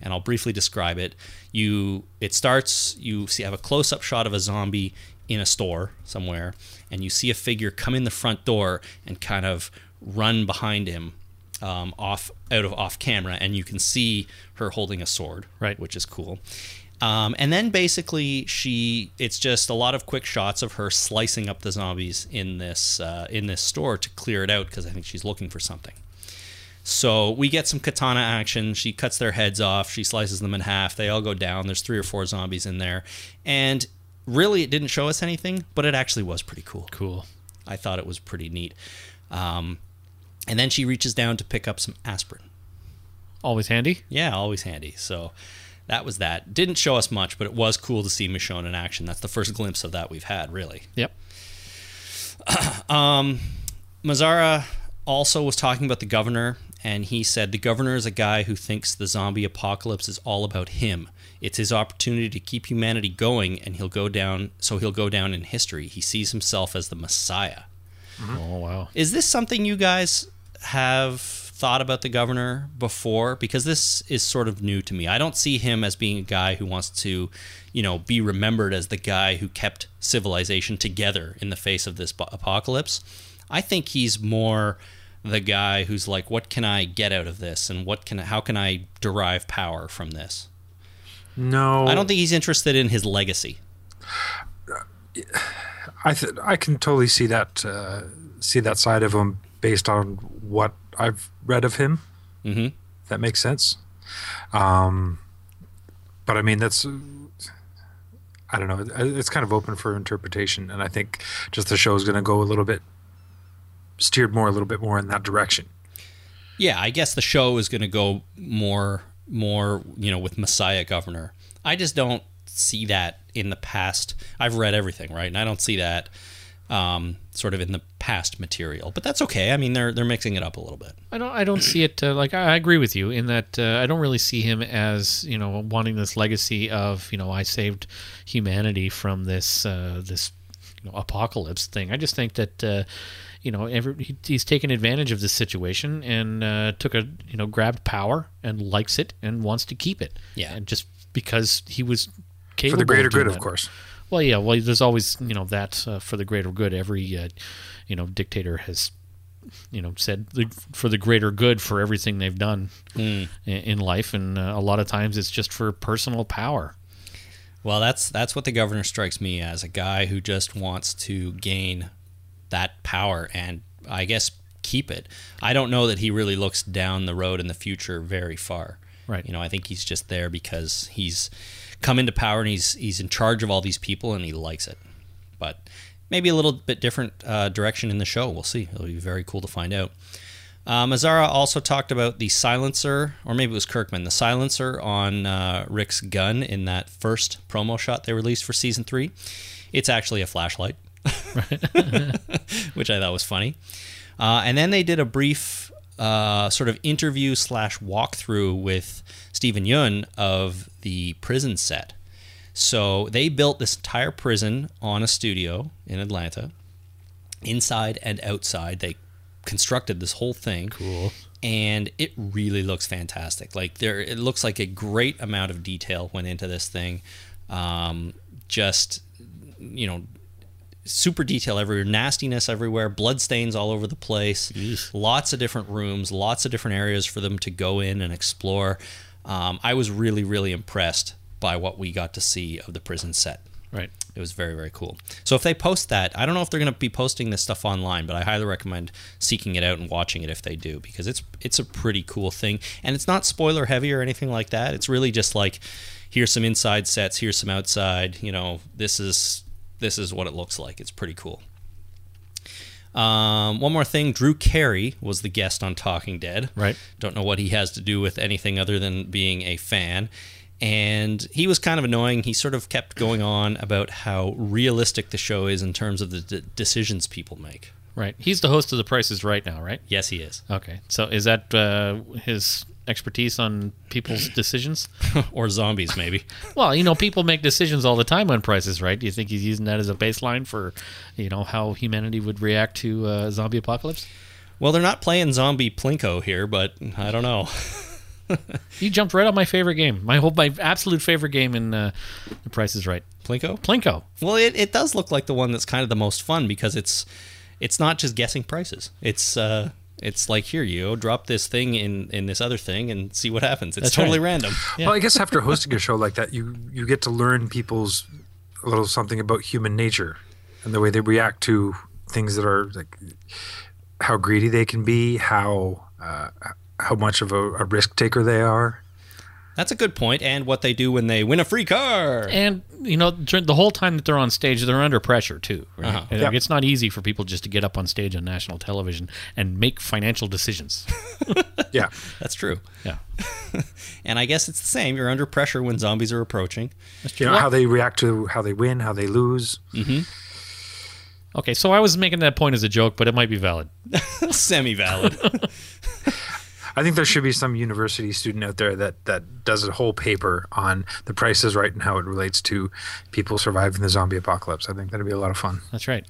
and I'll briefly describe it. You it starts you see have a close up shot of a zombie in a store somewhere, and you see a figure come in the front door and kind of run behind him um, off out of off camera, and you can see her holding a sword,
Right.
Which is cool. Um, and then basically, she it's just a lot of quick shots of her slicing up the zombies in this uh, in this store to clear it out because I think she's looking for something. So we get some katana action. She cuts their heads off. She slices them in half. They all go down. There's three or four zombies in there, and really, it didn't show us anything, but it actually was pretty cool.
Cool.
I thought it was pretty neat. Um, and then she reaches down to pick up some aspirin.
Always handy.
Yeah, always handy. So that was that. Didn't show us much, but it was cool to see Michonne in action. That's the first glimpse of that we've had, really.
Yep.
Mazzara also was talking about the governor, and he said the governor is a guy who thinks the zombie apocalypse is all about him. It's his opportunity to keep humanity going, and he'll go down. So he'll go down in history. He sees himself as the Messiah.
Oh wow.
Is this something you guys have thought about the governor before? Because this is sort of new to me. I don't see him as being a guy who wants to, you know, be remembered as the guy who kept civilization together in the face of this bo- apocalypse. I think he's more the guy who's like, what can I get out of this, and what can how can I derive power from this?
No,
I don't think he's interested in his legacy.
I th- I can totally see that uh, see that side of him based on what I've read of him.
hmm
If that makes sense. Um, but I mean, that's I don't know. it- It's kind of open for interpretation, and I think just the show is going to go a little bit steered more a little bit more in that direction.
Yeah, I guess the show is going to go more more, you know, with Messiah Governor. I just don't see that in the past. I've read everything, right? And I don't see that um, sort of in the past material. But that's okay. I mean, they're they're mixing it up a little bit.
I don't. I don't see it. Uh, like I I agree with you in that uh, I don't really see him as you know wanting this legacy of you know I saved humanity from this uh, this you know, apocalypse thing. I just think that uh, you know every, he, he's taken advantage of this situation and uh, took a you know grabbed power and likes it and wants to keep it.
Yeah.
and just because he was capable
For the greater
of doing
good, of
that.
course.
Well, yeah. Well, there's always you know that uh, for the greater good. Every uh, you know dictator has you know said the, for the greater good for everything they've done i- in life, and uh, a lot of times it's just for personal power.
Well, that's that's what the governor strikes me as a guy who just wants to gain that power and I guess keep it. I don't know that he really looks down the road in the future very far.
Right.
You know, I think he's just there because he's come into power and he's he's in charge of all these people and he likes it. But maybe a little bit different uh, direction in the show. We'll see. It'll be very cool to find out. Uh, Mazzara also talked about the silencer, or maybe it was Kirkman, the silencer on uh, Rick's gun in that first promo shot they released for season three. It's actually a flashlight, which I thought was funny. Uh, and then they did a brief uh, sort of interview slash walkthrough with Stephen Yun of the prison set. So they built this entire prison on a studio in Atlanta, inside and outside. They constructed this whole thing. Cool. And it really looks fantastic. Like there, it looks like a great amount of detail went into this thing. Um, just you know, super detail everywhere, nastiness everywhere, blood stains all over the place, lots of different rooms, lots of different areas for them to go in and explore. Um, I was really, really impressed by what we got to see of the prison set.
Right.
It was very, very cool. So if they post that, I don't know if they're going to be posting this stuff online, but I highly recommend seeking it out and watching it if they do because it's it's a pretty cool thing, and it's not spoiler heavy or anything like that. It's really just like here's some inside sets, here's some outside. You know, this is this is what it looks like. It's pretty cool. Um, one more thing, Drew Carey was the guest on Talking Dead.
Right.
Don't know what he has to do with anything other than being a fan. And he was kind of annoying. He sort of kept going on about how realistic the show is in terms of the d- decisions people make,
Right. He's the host of The Price is Right now, right?
Yes, he is.
Okay. So is that uh, his expertise on people's decisions?
or zombies, maybe.
Well, you know, people make decisions all the time on Price is Right. Do you think he's using that as a baseline for, you know, how humanity would react to uh, zombie apocalypse?
well, they're not playing zombie plinko here, but I don't know.
You jumped right on my favorite game. My whole, my absolute favorite game in uh, The Price is Right.
Plinko?
Plinko.
Well, it, it does look like the one that's kind of the most fun because it's it's not just guessing prices. It's uh it's like here you go, drop this thing in in this other thing and see what happens. It's
That's
totally
right.
random.
Well, I guess after hosting a show like that, you you get to learn people's a little something about human nature and the way they react to things that are like how greedy they can be, how uh, how much of a, a risk taker they are.
That's a good point and what they do when they win a free car.
And you know, during the whole time that they're on stage, they're under pressure too. Right?
Uh-huh.
Like,
Yep.
It's not easy for people just to get up on stage on national television and make financial decisions.
Yeah,
That's true.
yeah,
And I guess it's the same. You're under pressure when zombies are approaching.
you know how they react to how they win, how they lose.
Mm.
Okay, so I was making that point as a joke, but it might be valid.
Semi valid.
I think there should be some university student out there that that does a whole paper on the Price is Right and how it relates to people surviving the zombie apocalypse. I think that'd be a lot of fun.
That's right.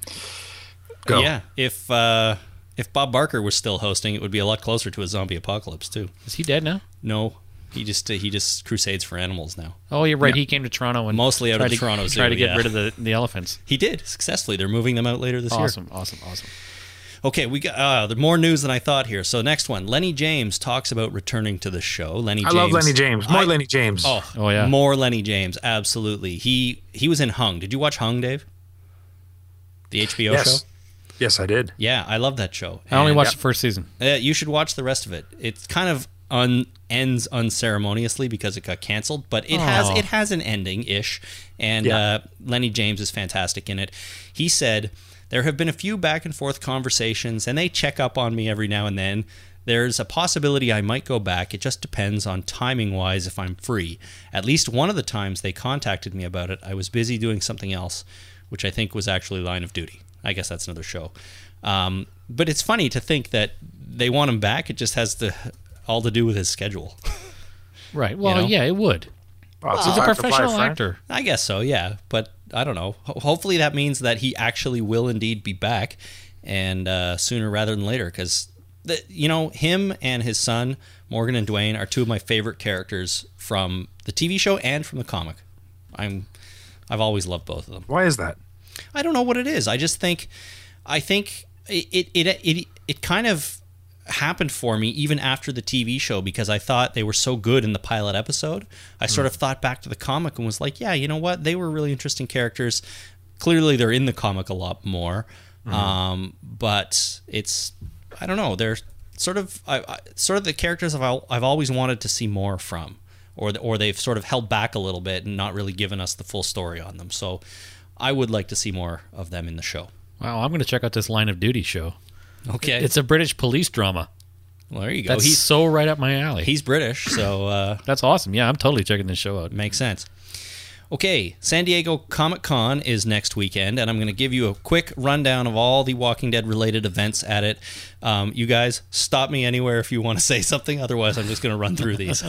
Go.
Yeah. If uh if Bob Barker was still hosting, it would be a lot closer to a zombie apocalypse too.
Is he dead now?
No, he just uh, he just crusades for animals now.
Oh, you're right. He came to Toronto and
Mostly out of
tried
the
to,
Toronto Zoo,
Try to get
yeah.
rid of the, the elephants.
He did successfully. They're moving them out later this year.
Awesome, awesome, awesome.
Okay, we got uh, there more news than I thought here. So next one, Lenny James talks about returning to the show. Lenny,
I
James.
love Lenny James. More
I-
Lenny James.
Oh,
Oh, yeah.
more Lenny James. Absolutely. He he was in Hung. Did you watch Hung, Dave? The HBO
yes,
show.
yes, I did.
Yeah, I love that show.
I only
And-
watched the first season.
Uh, you should watch the rest of it. It kind of un- ends unceremoniously because it got canceled, but it has
Aw.
it has an ending ish, and
Yeah.
uh, Lenny James is fantastic in it. He said there have been a few back and forth conversations, and they check up on me every now and then. There's a possibility I might go back. It just depends on timing wise if I'm free. At least one of the times they contacted me about it, I was busy doing something else, which I think was actually Line of Duty. I guess that's another show. Um, but it's funny to think that they want him back. It just has to all to do with his schedule.
Right. Well,
know?
yeah, it would.
Wow, it's
He's a
five for five,
professional
Frank.
actor.
I guess so, yeah. But I don't know. Ho- hopefully that means that he actually will indeed be back, and uh, sooner rather than later, because you know him and his son Morgan and Dwayne are two of my favorite characters from the TV show and from the comic. I'm I've always loved both of them.
Why is that?
I don't know what it is. I just think, I think it it it it, it kind of happened for me even after the TV show because I thought they were so good in the pilot episode. I sort of thought back to the comic and was like, yeah, you know what? They were really interesting characters. Clearly, they're in the comic a lot more, um, but it's I don't know. They're sort of I, I, sort of the characters I've al- I've always wanted to see more from. Or, the, or they've sort of held back a little bit and not really given us the full story on them. So I would like to see more of them in the show.
Wow, I'm going to check out this Line of Duty show.
Okay.
It's a British police drama.
well, there you go.
That's
He's
so right up my alley.
he's British, so uh,
That's awesome. Yeah, I'm totally checking this show out.
makes sense. Okay, San Diego Comic Con is next weekend, and I'm going to give you a quick rundown of all the Walking Dead related events at it. Um, you guys, stop me anywhere if you want to say something. Otherwise, I'm just going to run through these.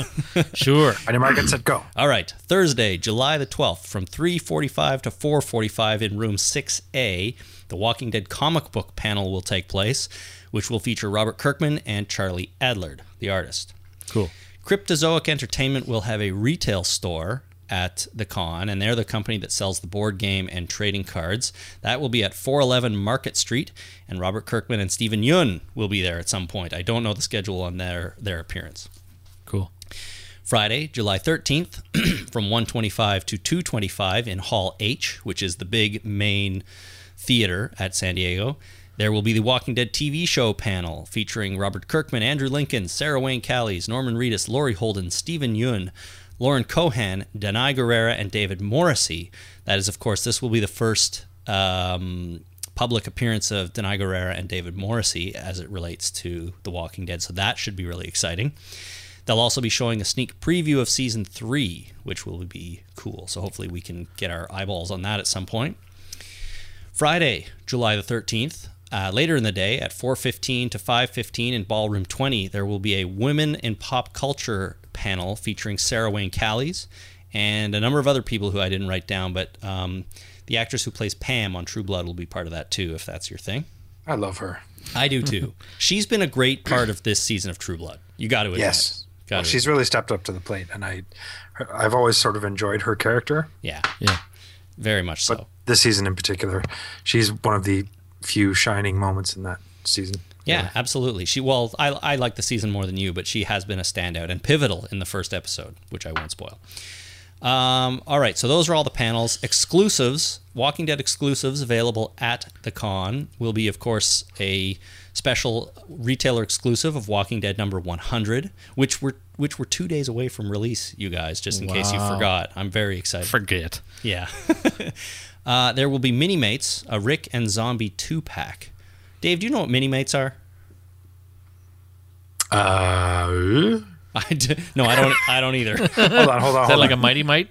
Sure.
And American said go.
All right, Thursday, July the 12th, from 3:45 to 4:45 in room 6A, the Walking Dead comic book panel will take place, which will feature Robert Kirkman and Charlie Adlard, the artist.
Cool.
Cryptozoic Entertainment will have a retail store at the con, and they're the company that sells the board game and trading cards. That will be at 411 Market Street, and Robert Kirkman and Stephen Yun will be there at some point. I don't know the schedule on their their appearance.
Cool.
Friday, July 13th, from 125 to 225 in Hall H, which is the big main theater at San Diego. There will be the Walking Dead TV show panel featuring Robert Kirkman, Andrew Lincoln, Sarah Wayne Callies, Norman Reedus, Lori Holden, Stephen Yun, Lauren Cohan, Danai Guerrera, and David Morrissey. That is, of course, this will be the first um, public appearance of Danai Guerrera and David Morrissey as it relates to The Walking Dead, so that should be really exciting. They'll also be showing a sneak preview of season three, which will be cool. So hopefully we can get our eyeballs on that at some point. Friday, July the 13th, Uh, later in the day, at 4:15 to 5:15 in Ballroom 20, there will be a Women in Pop Culture panel featuring Sarah Wayne Callies and a number of other people who I didn't write down. But um, the actress who plays Pam on True Blood will be part of that too, if that's your thing.
I love her.
I do too. She's been a great part of this season of True Blood. You got to admit.
Yes.
Got
Well,
to
she's really stepped up to the plate, and I, I've always sort of enjoyed her character.
Yeah,
Yeah.
very much so.
This season in particular, she's one of the few shining moments in that season.
Yeah, absolutely. She well, I, I like the season more than you, but she has been a standout and pivotal in the first episode, which I won't spoil. Um, all right, so those are all the panels. Exclusives, Walking Dead exclusives available at the con will be, of course, a special retailer exclusive of Walking Dead number 100, which were which were two days away from release. You guys, just in case you forgot, I'm very excited.
Forget.
Yeah. uh, there will be mini mates, a Rick and Zombie two pack. Dave, do you know what mini mates are?
Uh,
I d- no, I don't. I don't either.
hold on, hold on,
Is that
hold
like a
on.
mighty might?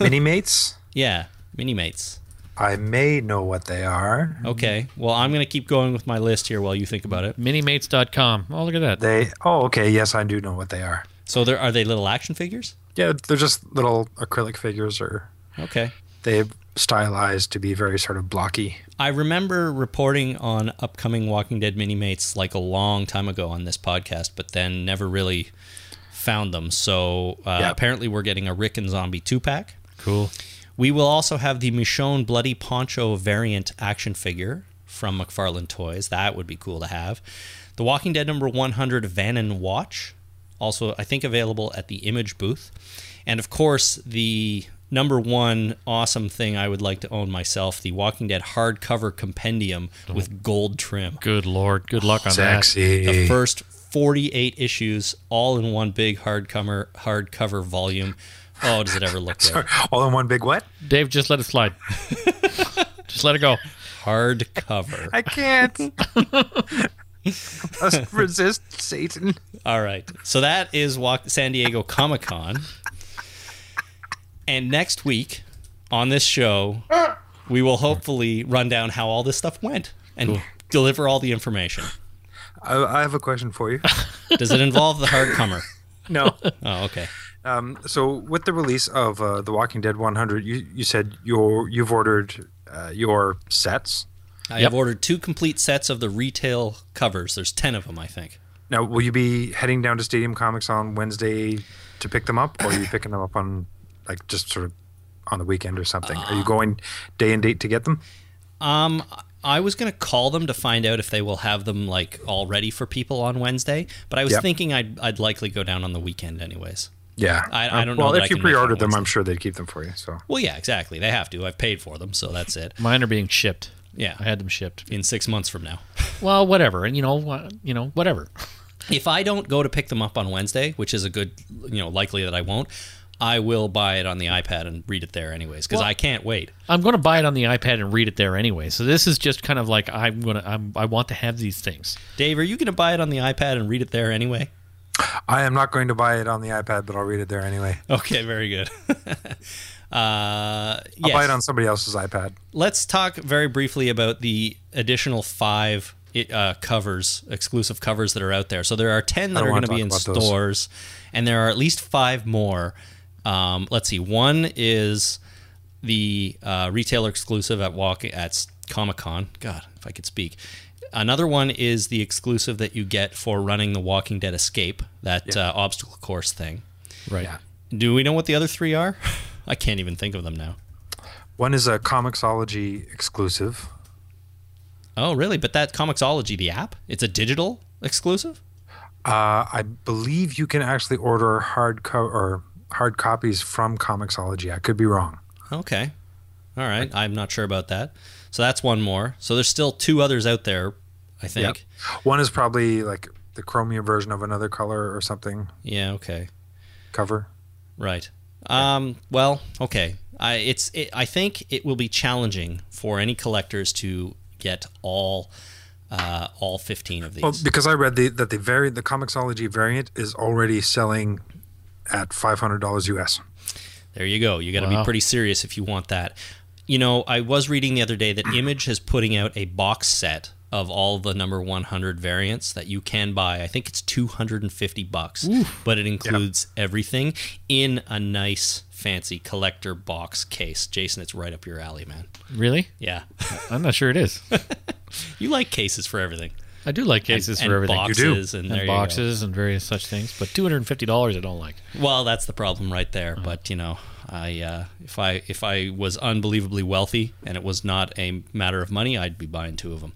Mini mates.
yeah, mini mates.
I may know what they are.
Oh.
Okay. Well, I'm gonna keep going with my list here while you think about it.
Minimates.com. Oh, look at that.
They. Oh, okay. Yes, I do know what they are.
So there are they little action figures?
Yeah, they're just little acrylic figures, or
Okay.
they stylized to be very sort of blocky.
I remember reporting on upcoming Walking Dead mini mates like a long time ago on this podcast, but then never really found them. So uh,
Yeah.
apparently, we're getting a Rick and Zombie two pack.
Cool.
We will also have the Michonne Bloody Poncho variant action figure from McFarlane Toys. That would be cool to have. The Walking Dead number 100 Vannon watch, also I think available at the Image booth. And of course, the number one awesome thing I would like to own myself, the Walking Dead hardcover compendium with gold trim.
Good lord. Good luck on
The first 48 issues all in one big hardcover hardcover volume. Oh, does it ever look good?
All in one big what?
that. Dave, just let it slide. just let it go.
Hardcover.
I can't. Must resist Satan.
All right. So that is Walk- San Diego Comic Con. and next week on this show, we will hopefully run down how all this stuff went and deliver all the information.
I, I have a question for you.
Does it involve the hardcomer?
No.
Oh, okay.
Um, so with the release of uh, The Walking Dead 100, you, you said your you've ordered uh, your sets.
I
Yep.
have ordered two complete sets of the retail covers. There's 10 of them, I think.
Now, will you be heading down to Stadium Comics on Wednesday to pick them up, or are you picking them up on like just sort of on the weekend or something? are
Uh,
you going day and date to get them?
Um, I was gonna call them to find out if they will have them like all ready for people on Wednesday, but I was
Yep.
thinking I'd I'd likely go down on the weekend anyways.
Yeah,
I- I don't know
Um, well,
that
if
I
you
can make that
pre-ordered them,
Wednesday.
I'm sure they'd keep them for you. So
Well, yeah, exactly. They have to. I've paid for them, so that's it.
Mine are being shipped.
Yeah.
I had them shipped.
in six months from now.
Well, whatever. And you know, wha- you know, whatever.
If I don't go to pick them up on Wednesday, which is a good, you know, likely that I won't, I will buy it on the iPad and read it there anyways because I can't wait.
I'm going to buy it on the iPad and read it there anyway. So this is just kind of like I'm going to I'm I want to have these things.
Dave, are you going to buy it on the iPad and read it there anyway?
I am not going to buy it on the iPad, but I'll read it there anyway.
Okay, very good. uh,
I'll
yes.
buy it on somebody else's iPad.
Let's talk very briefly about the additional five i- uh, covers, exclusive covers that are out there. So there are 10 that
don't
are going
wanna
to be in
talk about those.
stores, and there are at least five more. Um, let's see. One is the uh, retailer exclusive at Walk at Comic Con. God, if I could speak. Another one is the exclusive that you get for running the Walking Dead Escape, that uh, obstacle course thing.
Right.
Do we know what the other three are? I can't even think of them now.
One is a Comixology exclusive.
Oh, really? But that Comixology, the app, it's a digital exclusive.
Uh, I believe you can actually order hard co- or hard copies from Comixology. I could be wrong.
Okay, all right. I'm not sure about that. So that's one more. So there's still two others out there, I think.
One is probably like the chromium version of another color or something
Yeah. Okay.
cover.
Right. Um. Well. Okay. I it's it, I think it will be challenging for any collectors to get all, uh, all 15 of these.
Well, because I read the, that the vari- the Comixology variant is already selling at five hundred dollars US.
There you go. You got to
Wow.
be pretty serious if you want that. You know, I was reading the other day that Image is putting out a box set of all the number 100 variants that you can buy. I think it's 250 bucks, but it includes everything in a nice fancy collector box case. Jason, it's right up your alley, man.
Really?
Yeah.
I'm not sure it is.
you like cases for everything.
I do like cases
and
for everything.
You do.
boxes and,
and
there you go.
boxes and various such things, but two hundred and fifty dollars I don't like.
Well, that's the problem right there. But you know, I uh, if I if I was unbelievably wealthy and it was not a matter of money, I'd be buying two of them.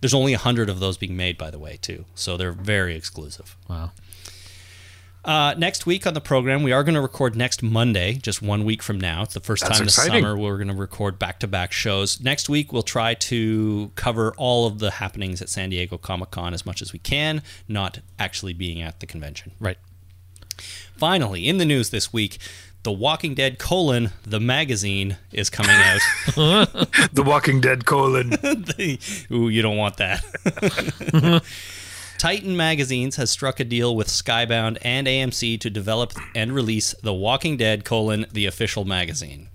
There's only a hundred of those being made, by the way, too. So they're very exclusive.
Wow.
Uh, next week on the program, we are going to record next Monday, just one week from now. It's the first
That's
time this
exciting.
summer we're going to record back to back shows. Next week, we'll try to cover all of the happenings at San Diego Comic Con as much as we can, not actually being at the convention.
Right.
Finally, in the news this week, The Walking Dead colon the magazine is coming out.
The Walking Dead colon.
The- Ooh, you don't want that. Titan Magazines has struck a deal with Skybound and AMC to develop and release The Walking Dead colon the official magazine.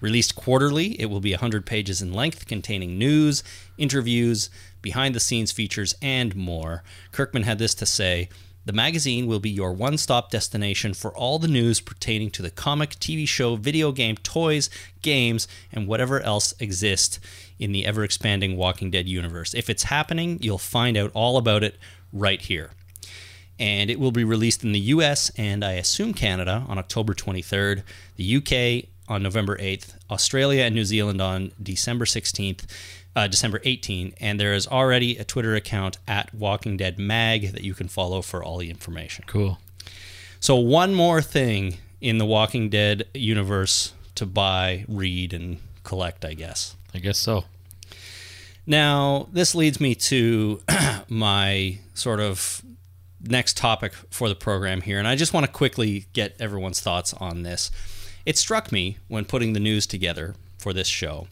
Released quarterly, it will be 100 pages in length, containing news, interviews, behind the scenes features, and more. Kirkman had this to say The magazine will be your one stop destination for all the news pertaining to the comic, TV show, video game, toys, games, and whatever else exists in the ever expanding Walking Dead universe. If it's happening, you'll find out all about it right here and it will be released in the US and I assume Canada on October 23rd, the UK on November 8th, Australia and New Zealand on December 16th, uh, December 18th, and there is already a Twitter account at Walking Dead Mag that you can follow for all the information.
Cool.
So one more thing in the Walking Dead universe to buy, read, and collect, I guess.
I guess so.
Now, this leads me to my sort of next topic for the program here, and I just want to quickly get everyone's thoughts on this. It struck me when putting the news together for this show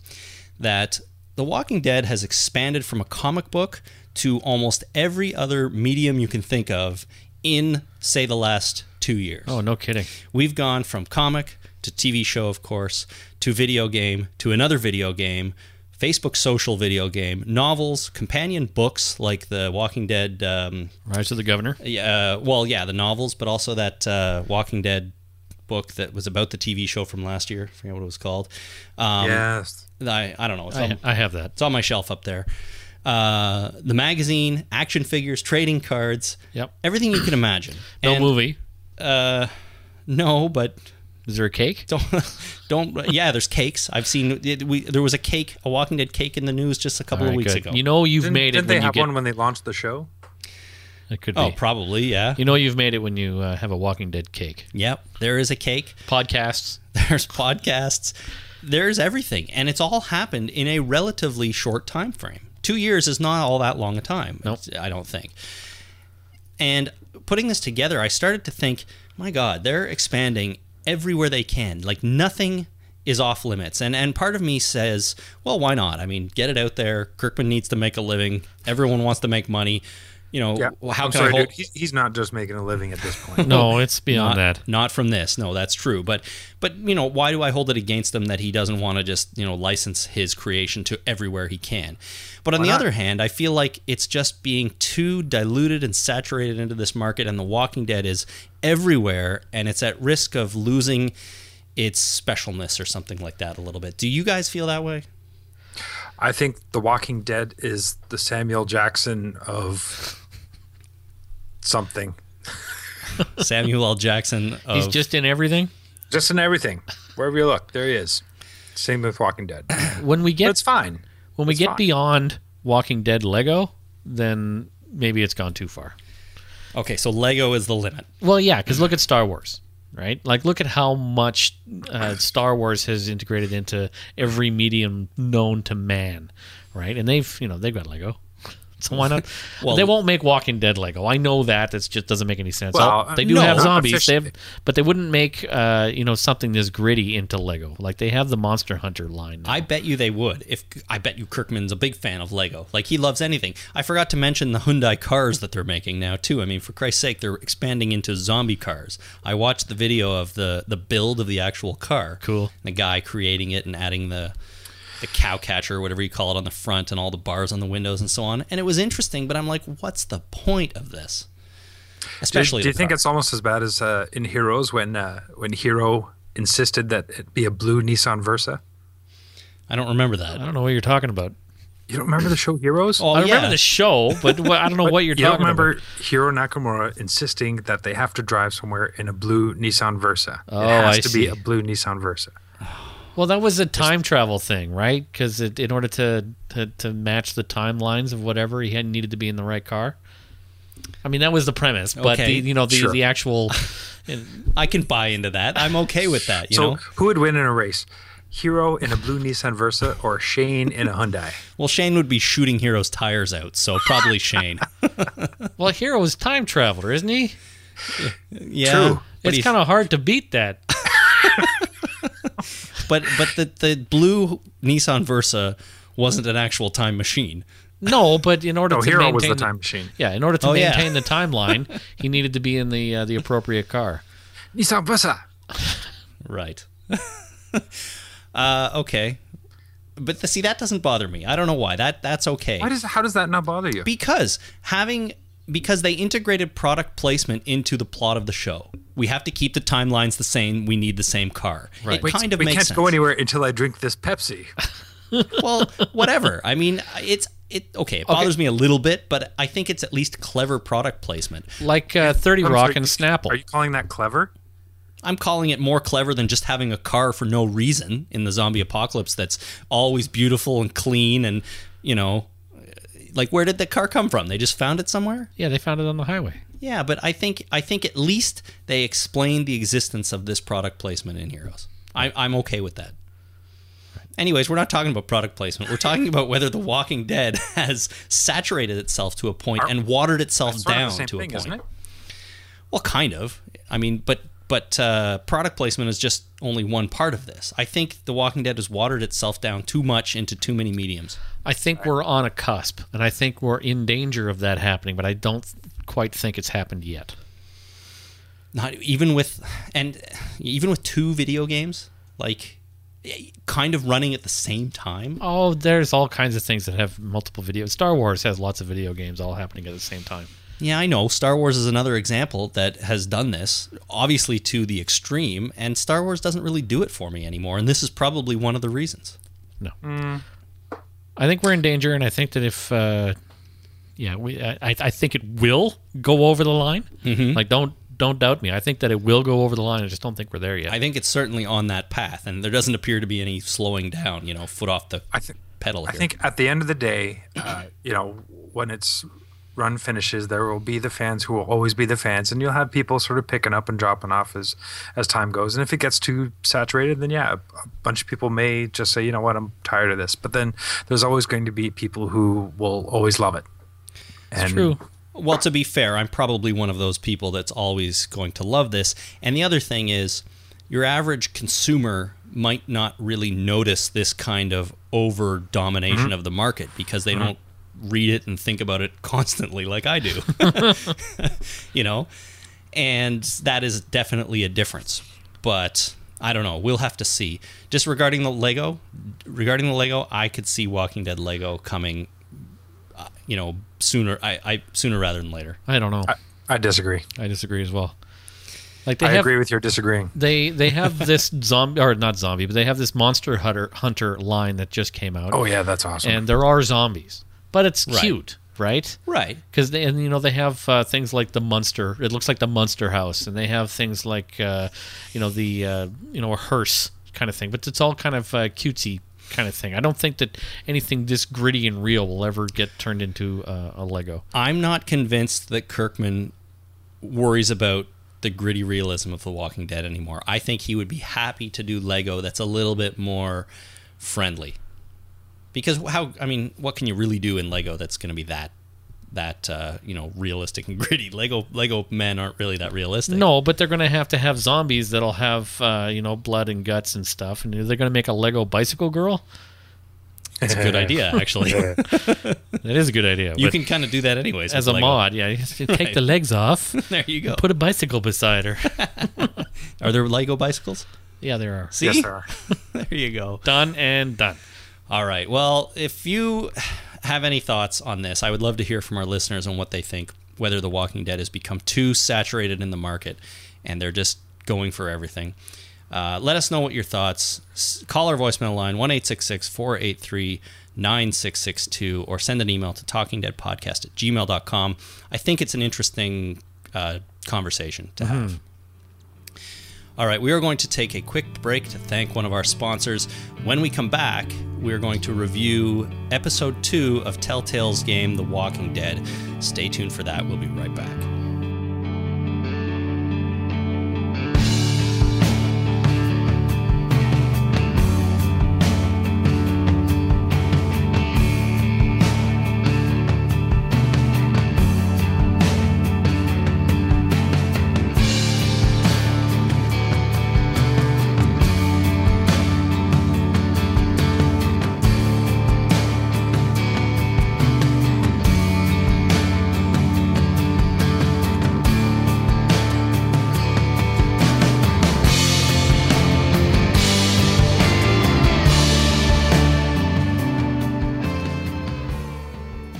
that The Walking Dead has expanded from a comic book to almost every other medium you can think of in, say, the last two years.
Oh, no kidding.
We've gone from comic to TV show, of course, to video game, to another video game, Facebook social video game, novels, companion books like the Walking Dead. Um,
Rise of the Governor.
yeah, uh, well, yeah, the novels, but also that uh, Walking Dead book that was about the TV show from last year. I forget what it was called. Um,
yes.
I, I don't know. It's on-
I, I have that.
it's on my shelf up there. Uh, the magazine, action figures, trading cards,
Yep.
everything you can imagine.
No
And,
movie.
Uh, no, but
Is there a cake?
don't don't yeah there's cakes i've seen it, we, there was a cake a walking dead cake in the news just a couple
All
of
right,
weeks
good.
ago
You know you've
Didn't,
made it
didn't they
when you
have
get.
one when they launched the show?
It could be.
oh probably yeah
you know you've made it when you uh, have a Walking Dead cake.
yep there is a cake
Podcasts.
there's podcasts there's everything and it's all happened in a relatively short time frame two years is not all that long a time
Nope.
i don't think and putting this together i started to think my god they're expanding everywhere they can like nothing is off limits and and part of me says well why not i mean get it out there kirkman needs to make a living everyone wants to make money you know
Yeah.
well, how
I'm
can
sorry,
i hold
dude. He's, he's not just making a living at this point.
No, it's beyond
not,
that.
Not from this. No, that's true. But but you know, why do I hold it against him that he doesn't want to just, you know, license his creation to everywhere he can? But on the
not?
other hand, I feel like it's just being too diluted and saturated into this market and the Walking Dead is everywhere and it's at risk of losing its specialness or something like that a little bit. Do you guys feel that way?
I think The Walking Dead is the Samuel Jackson of something.
Samuel L. Jackson of
He's just in everything.
Just in everything. Wherever you look, there he is. Same with Walking Dead. But
When we get
it's fine.
when we
it's
get
fine.
beyond Walking Dead Lego, then maybe it's gone too far.
Okay, so Lego is the limit.
Well, yeah, because look at Star Wars, right? Like, look at how much uh, Star Wars has integrated into every medium known to man, right? And they've, you know, they've got Lego. So why not?
Well-
well, they won't make Walking Dead Lego. I know that. That just doesn't make any sense.
Well, uh,
Oh, they do
no,
have
not
zombies, they have,
officially.
but they wouldn't make, uh, you know, something this gritty into Lego. Like they have the Monster Hunter line. now.
I bet you they would. If I bet you Kirkman's a big fan of Lego. Like he loves anything. I forgot to mention the Hyundai cars that they're making now too. I mean, for Christ's sake, they're expanding into zombie cars. I watched the video of the the build of the actual car.
Cool.
The guy creating it and adding the the cow catcher, whatever you call it, on the front and all the bars on the windows and so on. And it was interesting, but I'm like, what's the point of this? Especially,
do you
the
think
car.
it's almost as bad as uh, in Heroes when uh, when Hero insisted that it be a blue Nissan Versa?
I don't remember that.
I don't know what you're talking about.
You don't remember the show Heroes?
Oh,
I remember
yeah.
the show, but wha- I don't know what you're
you
talking
don't remember
about.
Hiro Nakamura insisting that they have to drive somewhere in a blue Nissan Versa.
Oh,
it has
I
to
see.
be a blue Nissan Versa.
Well, that was a time travel thing, right? Because in order to, to to match the timelines of whatever, he had needed to be in the right car. I mean, that was the premise, but
Okay,
the you know the
sure.
the actual.
I can buy into that. I'm okay with that. You
so,
know,
who would win in a race? Hiro in a blue Nissan Versa or Shane in a Hyundai?
well, Shane would be shooting Hero's tires out, so probably Shane.
Well, Hero is time traveler, isn't he?
Yeah,
True.
But
it's
he's-
kind of hard to beat that.
but but the the blue Nissan Versa wasn't an actual time machine.
No, but in order
No,
to
Oh, Hero
maintain
was the time machine.
Yeah, in order to
Oh, yeah.
maintain the timeline, he needed to be in the uh, the appropriate car.
Nissan Versa.
Right. uh, okay. But the, see, that doesn't bother me. I don't know why. That that's okay.
Why does how does that not bother you?
because having because they integrated product placement into the plot of the show. We have to keep the timelines the same. We need the same car. Right. It
Wait,
kind of
we
makes
can't
sense.
go anywhere until I drink this Pepsi.
well, whatever. I mean, it's it okay. It bothers me a little bit, but I think it's at least clever product placement.
Like uh, 30
I'm
Rock
sorry,
and
Are
Snapple.
you calling that clever?
I'm calling it more clever than just having a car for no reason in the zombie apocalypse that's always beautiful and clean and, you know, like where did the car come from? They just found it somewhere?
Yeah, they found it on the highway.
Yeah, but I think I think at least they explained the existence of this product placement in Heroes. I, I'm okay with that. Anyways, we're not talking about product placement. We're talking about whether The Walking Dead has saturated itself to a point and watered itself
Sort of
down
the same
to
thing,
a point.
isn't it?
Well, kind of. I mean, but but uh, product placement is just only one part of this. I think The Walking Dead has watered itself down too much into too many mediums.
I think we're on a cusp, and I think we're in danger of that happening, but I don't quite think it's happened yet.
Not even with and even with two video games like eh, kind of running at the same time.
Oh, there's all kinds of things that have multiple videos. Star Wars has lots of video games all happening at the same time.
Yeah, I know. Star Wars is another example that has done this, obviously to the extreme, and Star Wars doesn't really do it for me anymore, and this is probably one of the reasons.
No. I think we're in danger, and I think that if, uh, yeah, we, I, I I think it will go over the line. Mm-hmm. Like, don't don't doubt me. I think that it will go over the line. I just don't think we're there yet.
I think it's certainly on that path, and there doesn't appear to be any slowing down, you know, foot off the
I think
pedal
I
here.
think at the end of the day, uh, you know, when its run finishes, there will be the fans who will always be the fans, and you'll have people sort of picking up and dropping off as as time goes. And if it gets too saturated, then yeah, a, a bunch of people may just say, you know what, I'm tired of this. But then there's always going to be people who will always love it. And
True.
Well, to be fair, I'm probably one of those people that's always going to love this. And the other thing is, your average consumer might not really notice this kind of over domination of the market because they don't read it and think about it constantly like I do. you know? And that is definitely a difference. But I don't know. We'll have to see. Just regarding the Lego, regarding the Lego, I could see Walking Dead Lego coming you know sooner I, I sooner rather than later
I don't know. I,
I disagree.
disagree as well. Like they
I
have,
agree with your disagreeing.
they they have this zombie or not zombie, but they have this monster hunter hunter line that just came out,
Oh yeah, that's awesome.
and there are zombies, but it's
Right.
cute, right?
right
Because they and you know they have uh, things like the Munster. It looks like the Munster house, and they have things like uh, you know the uh, you know a hearse kind of thing. But it's all kind of uh, cutesy kind of thing. I don't think that anything this gritty and real will ever get turned into uh, a Lego.
i'm not convinced that kirkman worries about the gritty realism of the walking dead anymore i think he would be happy to do lego that's a little bit more friendly because how i mean what can you really do in lego that's going to be that that uh, you know realistic and gritty lego lego men aren't really that realistic
No, but they're going to have to have zombies that'll have uh, you know blood and guts and stuff, and they're going to make a Lego bicycle girl.
it's a good idea actually
That is a good idea.
you
but
can kind of do that anyways
as
with
a
Lego.
mod, yeah, you just take the legs off,
there you go
put a bicycle beside her.
are there lego bicycles
yeah, there are
see
yes, there are.
there you go
done and done.
All right. Well, if you have any thoughts on this, I would love to hear from our listeners on what they think, whether The Walking Dead has become too saturated in the market and they're just going for everything. Uh, let us know what your thoughts. S- Call our voicemail line, 1 483 9662, or send an email to talkingdeadpodcast at gmail.com. I think it's an interesting uh, conversation to have. All right, we are going to take a quick break to thank one of our sponsors. When we come back, we are going to review episode two of Telltale's game, The Walking Dead. Stay tuned for that. We'll be right back.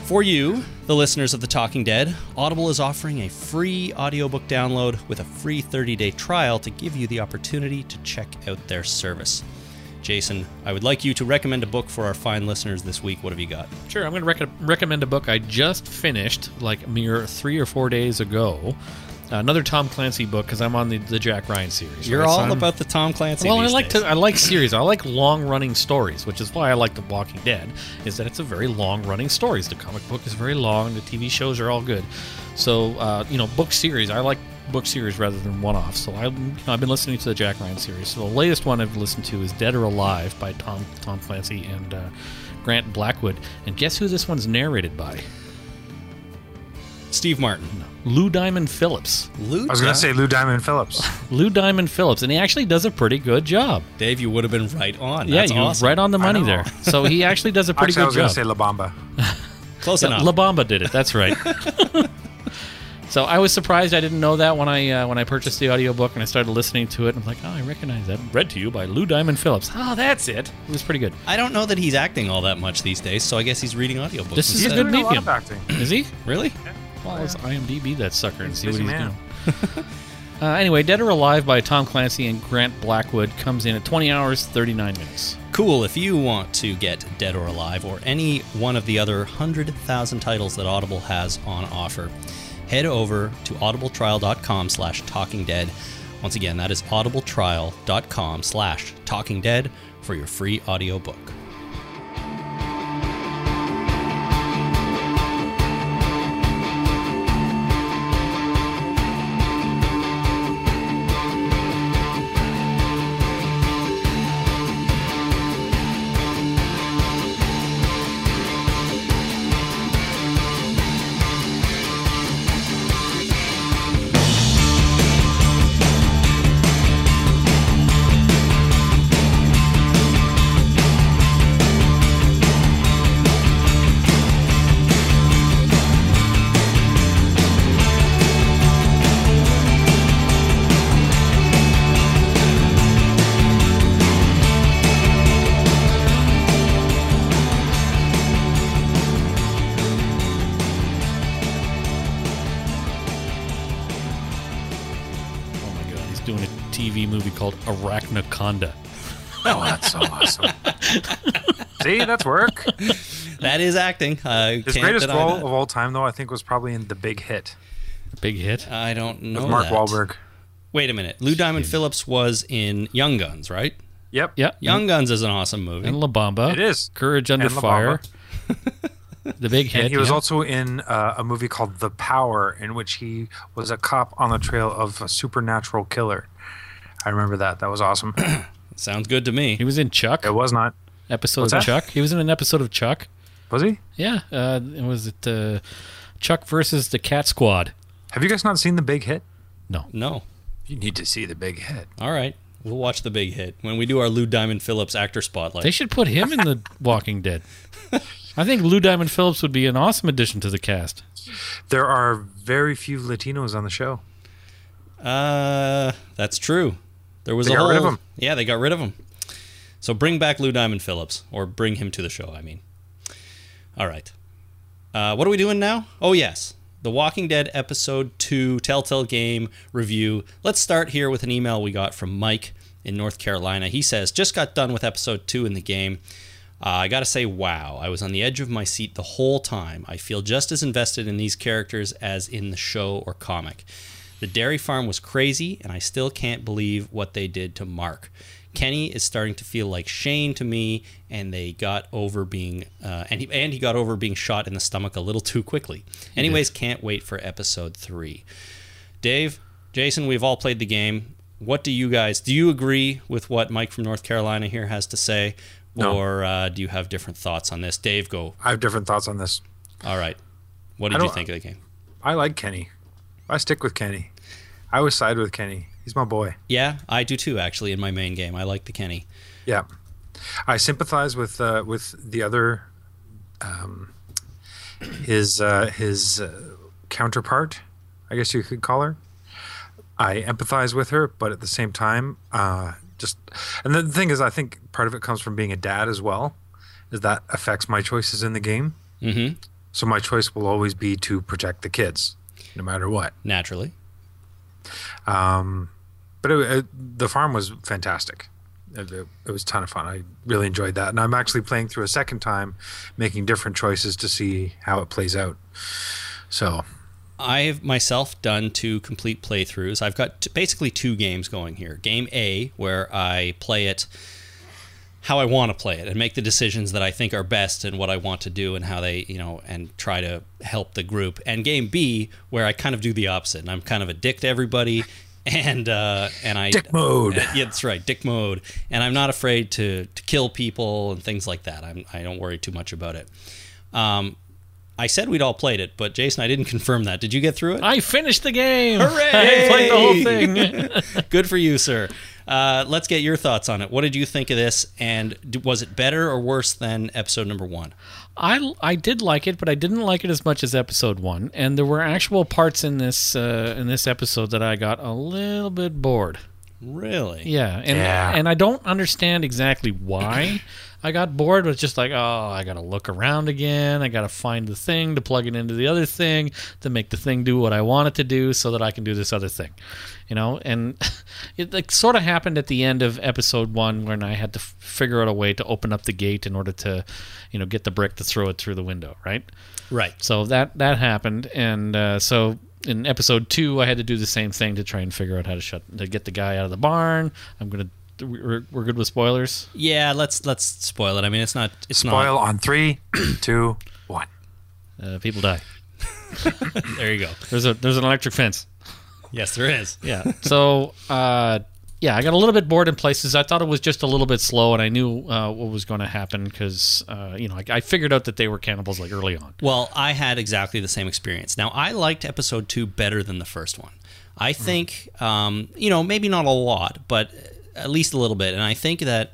For you, the listeners of The Talking Dead, Audible is offering a free audiobook download with a free 30 day trial to give you the opportunity to check out their service. Jason, I would like you to recommend a book for our fine listeners this week. What have you got?
Sure, I'm going to rec- recommend a book I just finished like a mere three or four days ago. Another Tom Clancy book because I'm on the, the Jack Ryan series.
You're
right? So
all
I'm-
about the Tom Clancy.
Well, I
these
like
days.
to I like series. I like long running stories, which is why I like The Walking Dead. Is that it's a very long running stories. The comic book is very long. The TV shows are all good. So uh, you know, book series. I like book series rather than one off. So I, you know, I've been listening to the Jack Ryan series. So the latest one I've listened to is Dead or Alive by Tom Tom Clancy and uh, Grant Blackwood. And guess who this one's narrated by?
Steve Martin.
Lou Diamond Phillips.
Luke,
I was going to say Lou Diamond Phillips.
Lou Diamond Phillips, and he actually does a pretty good job.
Dave, you would have been right on.
Yeah,
That's
you
awesome.
right on the money
know.
there. So he actually does a pretty
Actually, I was
good
going
job.
to say La Bamba.
Close
Yeah,
enough.
La Bamba did it. That's right. so I was surprised I didn't know that when I uh, when I purchased the audiobook and I started listening to it. I'm like, oh, I recognize that. Read to you by Lou Diamond Phillips. Oh, that's it. It was pretty good.
I don't know that he's acting all that much these days, so I guess he's reading audiobooks.
This is
He's
a
instead.
good
doing a lot
medium.
of acting.
Is he?
Really?
Well, let's IMDb that sucker and see what
Busy
he's
man.
doing. Uh, anyway, Dead or Alive by Tom Clancy and Grant Blackwood comes in at 20 hours 39 minutes.
Cool, if you want to get Dead or Alive or any one of the other 100,000 titles that Audible has on offer, head over to audibletrial.com slash talkingdead. Once again, that is audibletrial.com slash talkingdead for your free audiobook.
Oh my god, he's doing a TV movie called Arachnoconda.
Oh, that's so awesome. See, that's work.
That is acting. I
His
can't
greatest
deny
role
that.
of all time, though, I think was probably in The Big Hit
Big hit.
I don't know.
with Mark
that.
Wahlberg.
Wait a minute. Lou Diamond Phillips was in Young Guns, right?
Yep.
Yeah.
Young Guns is an awesome movie.
And La Bamba.
It is.
Courage Under
And La
Fire. the big hit.
And he was
yeah.
also in uh, a movie called The Power, in which he was a cop on the trail of a supernatural killer. I remember that. That was awesome.
Sounds good to me.
He was in Chuck.
it was not.
Episode
What's
of
that?
Chuck. He was in an episode of Chuck.
Was he?
Yeah. Uh, was it uh, Chuck versus the Cat Squad?
Have you guys not seen The Big Hit?
No.
You need to see The Big Hit.
All right. We'll watch the big hit when we do our Lou Diamond Phillips actor spotlight.
They should put him in the Walking Dead. I think Lou Diamond Phillips would be an awesome addition to the cast.
There are very few Latinos on the show.
Uh, that's true. There was
They
a
got
whole,
rid of 'em.
Yeah, they got rid of him. So bring back Lou Diamond Phillips, or bring him to the show. I mean, all right. Uh, what are we doing now? Oh yes, The Walking Dead episode two, Telltale Game review. Let's start here with an email we got from Mike in North Carolina. He says, "Just got done with episode two in the game." Uh, I gotta say, wow, I was on the edge of my seat the whole time. I feel just as invested in these characters as in the show or comic. The dairy farm was crazy, and I still can't believe what they did to Mark. Kenny is starting to feel like Shane to me, and they got over being uh, and he and he got over being shot in the stomach a little too quickly. Anyways, can't wait for episode three. Dave, Jason, we've all played the game. What do you guys? Do you agree with what Mike from North Carolina here has to say,
No.
or uh, do you have different thoughts on this? Dave, go.
I have different thoughts on this.
All right. What
I
did you
don't-
think of the game?
I like Kenny. I stick with Kenny. I always side with Kenny. He's my boy.
Yeah, I do too. Actually, in my main game, I like the Kenny.
Yeah, I sympathize with uh, with the other, um, his uh, his uh, counterpart, I guess you could call her. I empathize with her, but at the same time, uh, just and the thing is, I think part of it comes from being a dad as well, is that affects my choices in the game.
Mm-hmm.
So my choice will always be to protect the kids, no matter what.
Naturally.
Um, but it, it, the farm was fantastic. It, it- it was a ton of fun. I really enjoyed that, and I'm actually playing through a second time, making different choices to see how it plays out. So
I've myself done two complete playthroughs. I've got t- basically two games going here. Game A, where I play it how I want to play it and make the decisions that I think are best and what I want to do and how they, you know, and try to help the group. And game B, where I kind of do the opposite and I'm kind of a dick to everybody. And uh, and I
dick mode.
yeah, yeah, that's right, dick mode. And I'm not afraid to to kill people and things like that. I'm I don't worry too much about it. Um, I said we'd all played it, but Jason, I didn't confirm that. Did you get through it?
I finished the game.
Hooray!
I played the whole thing.
Good for you, sir. Uh, let's get your thoughts on it. What did you think of this? And d- was it better or worse than episode number one?
I, I did like it, but I didn't like it as much as episode one. And there were actual parts in this uh, in this episode that I got a little bit bored.
Really?
Yeah, and
Yeah.
and I don't understand exactly why I got bored. With just like, oh, I gotta look around again. I gotta find the thing to plug it into the other thing to make the thing do what I want it to do, so that I can do this other thing, you know. And it like sort of happened at the end of episode one when I had to f- figure out a way to open up the gate in order to, you know, get the brick to throw it through the window, right?
Right.
So that that happened, and uh, so in episode two, I had to do the same thing to try and figure out how to shut to get the guy out of the barn. I'm gonna. We're, we're good with spoilers.
Yeah. Let's let's spoil it. I mean, it's not. It's
Spoil on three, two, one.
Uh, people die.
not. There you go.
There's a there's an electric fence.
Yes, there is.
Yeah. so uh, yeah, I got a little bit bored in places. I thought it was just a little bit slow, and I knew uh, what was going to happen because uh, you know I, I figured out that they were cannibals like early on.
Well, I had exactly the same experience. Now, I liked episode two better than the first one. I think, um, you know, maybe not a lot, but at least a little bit. And I think that,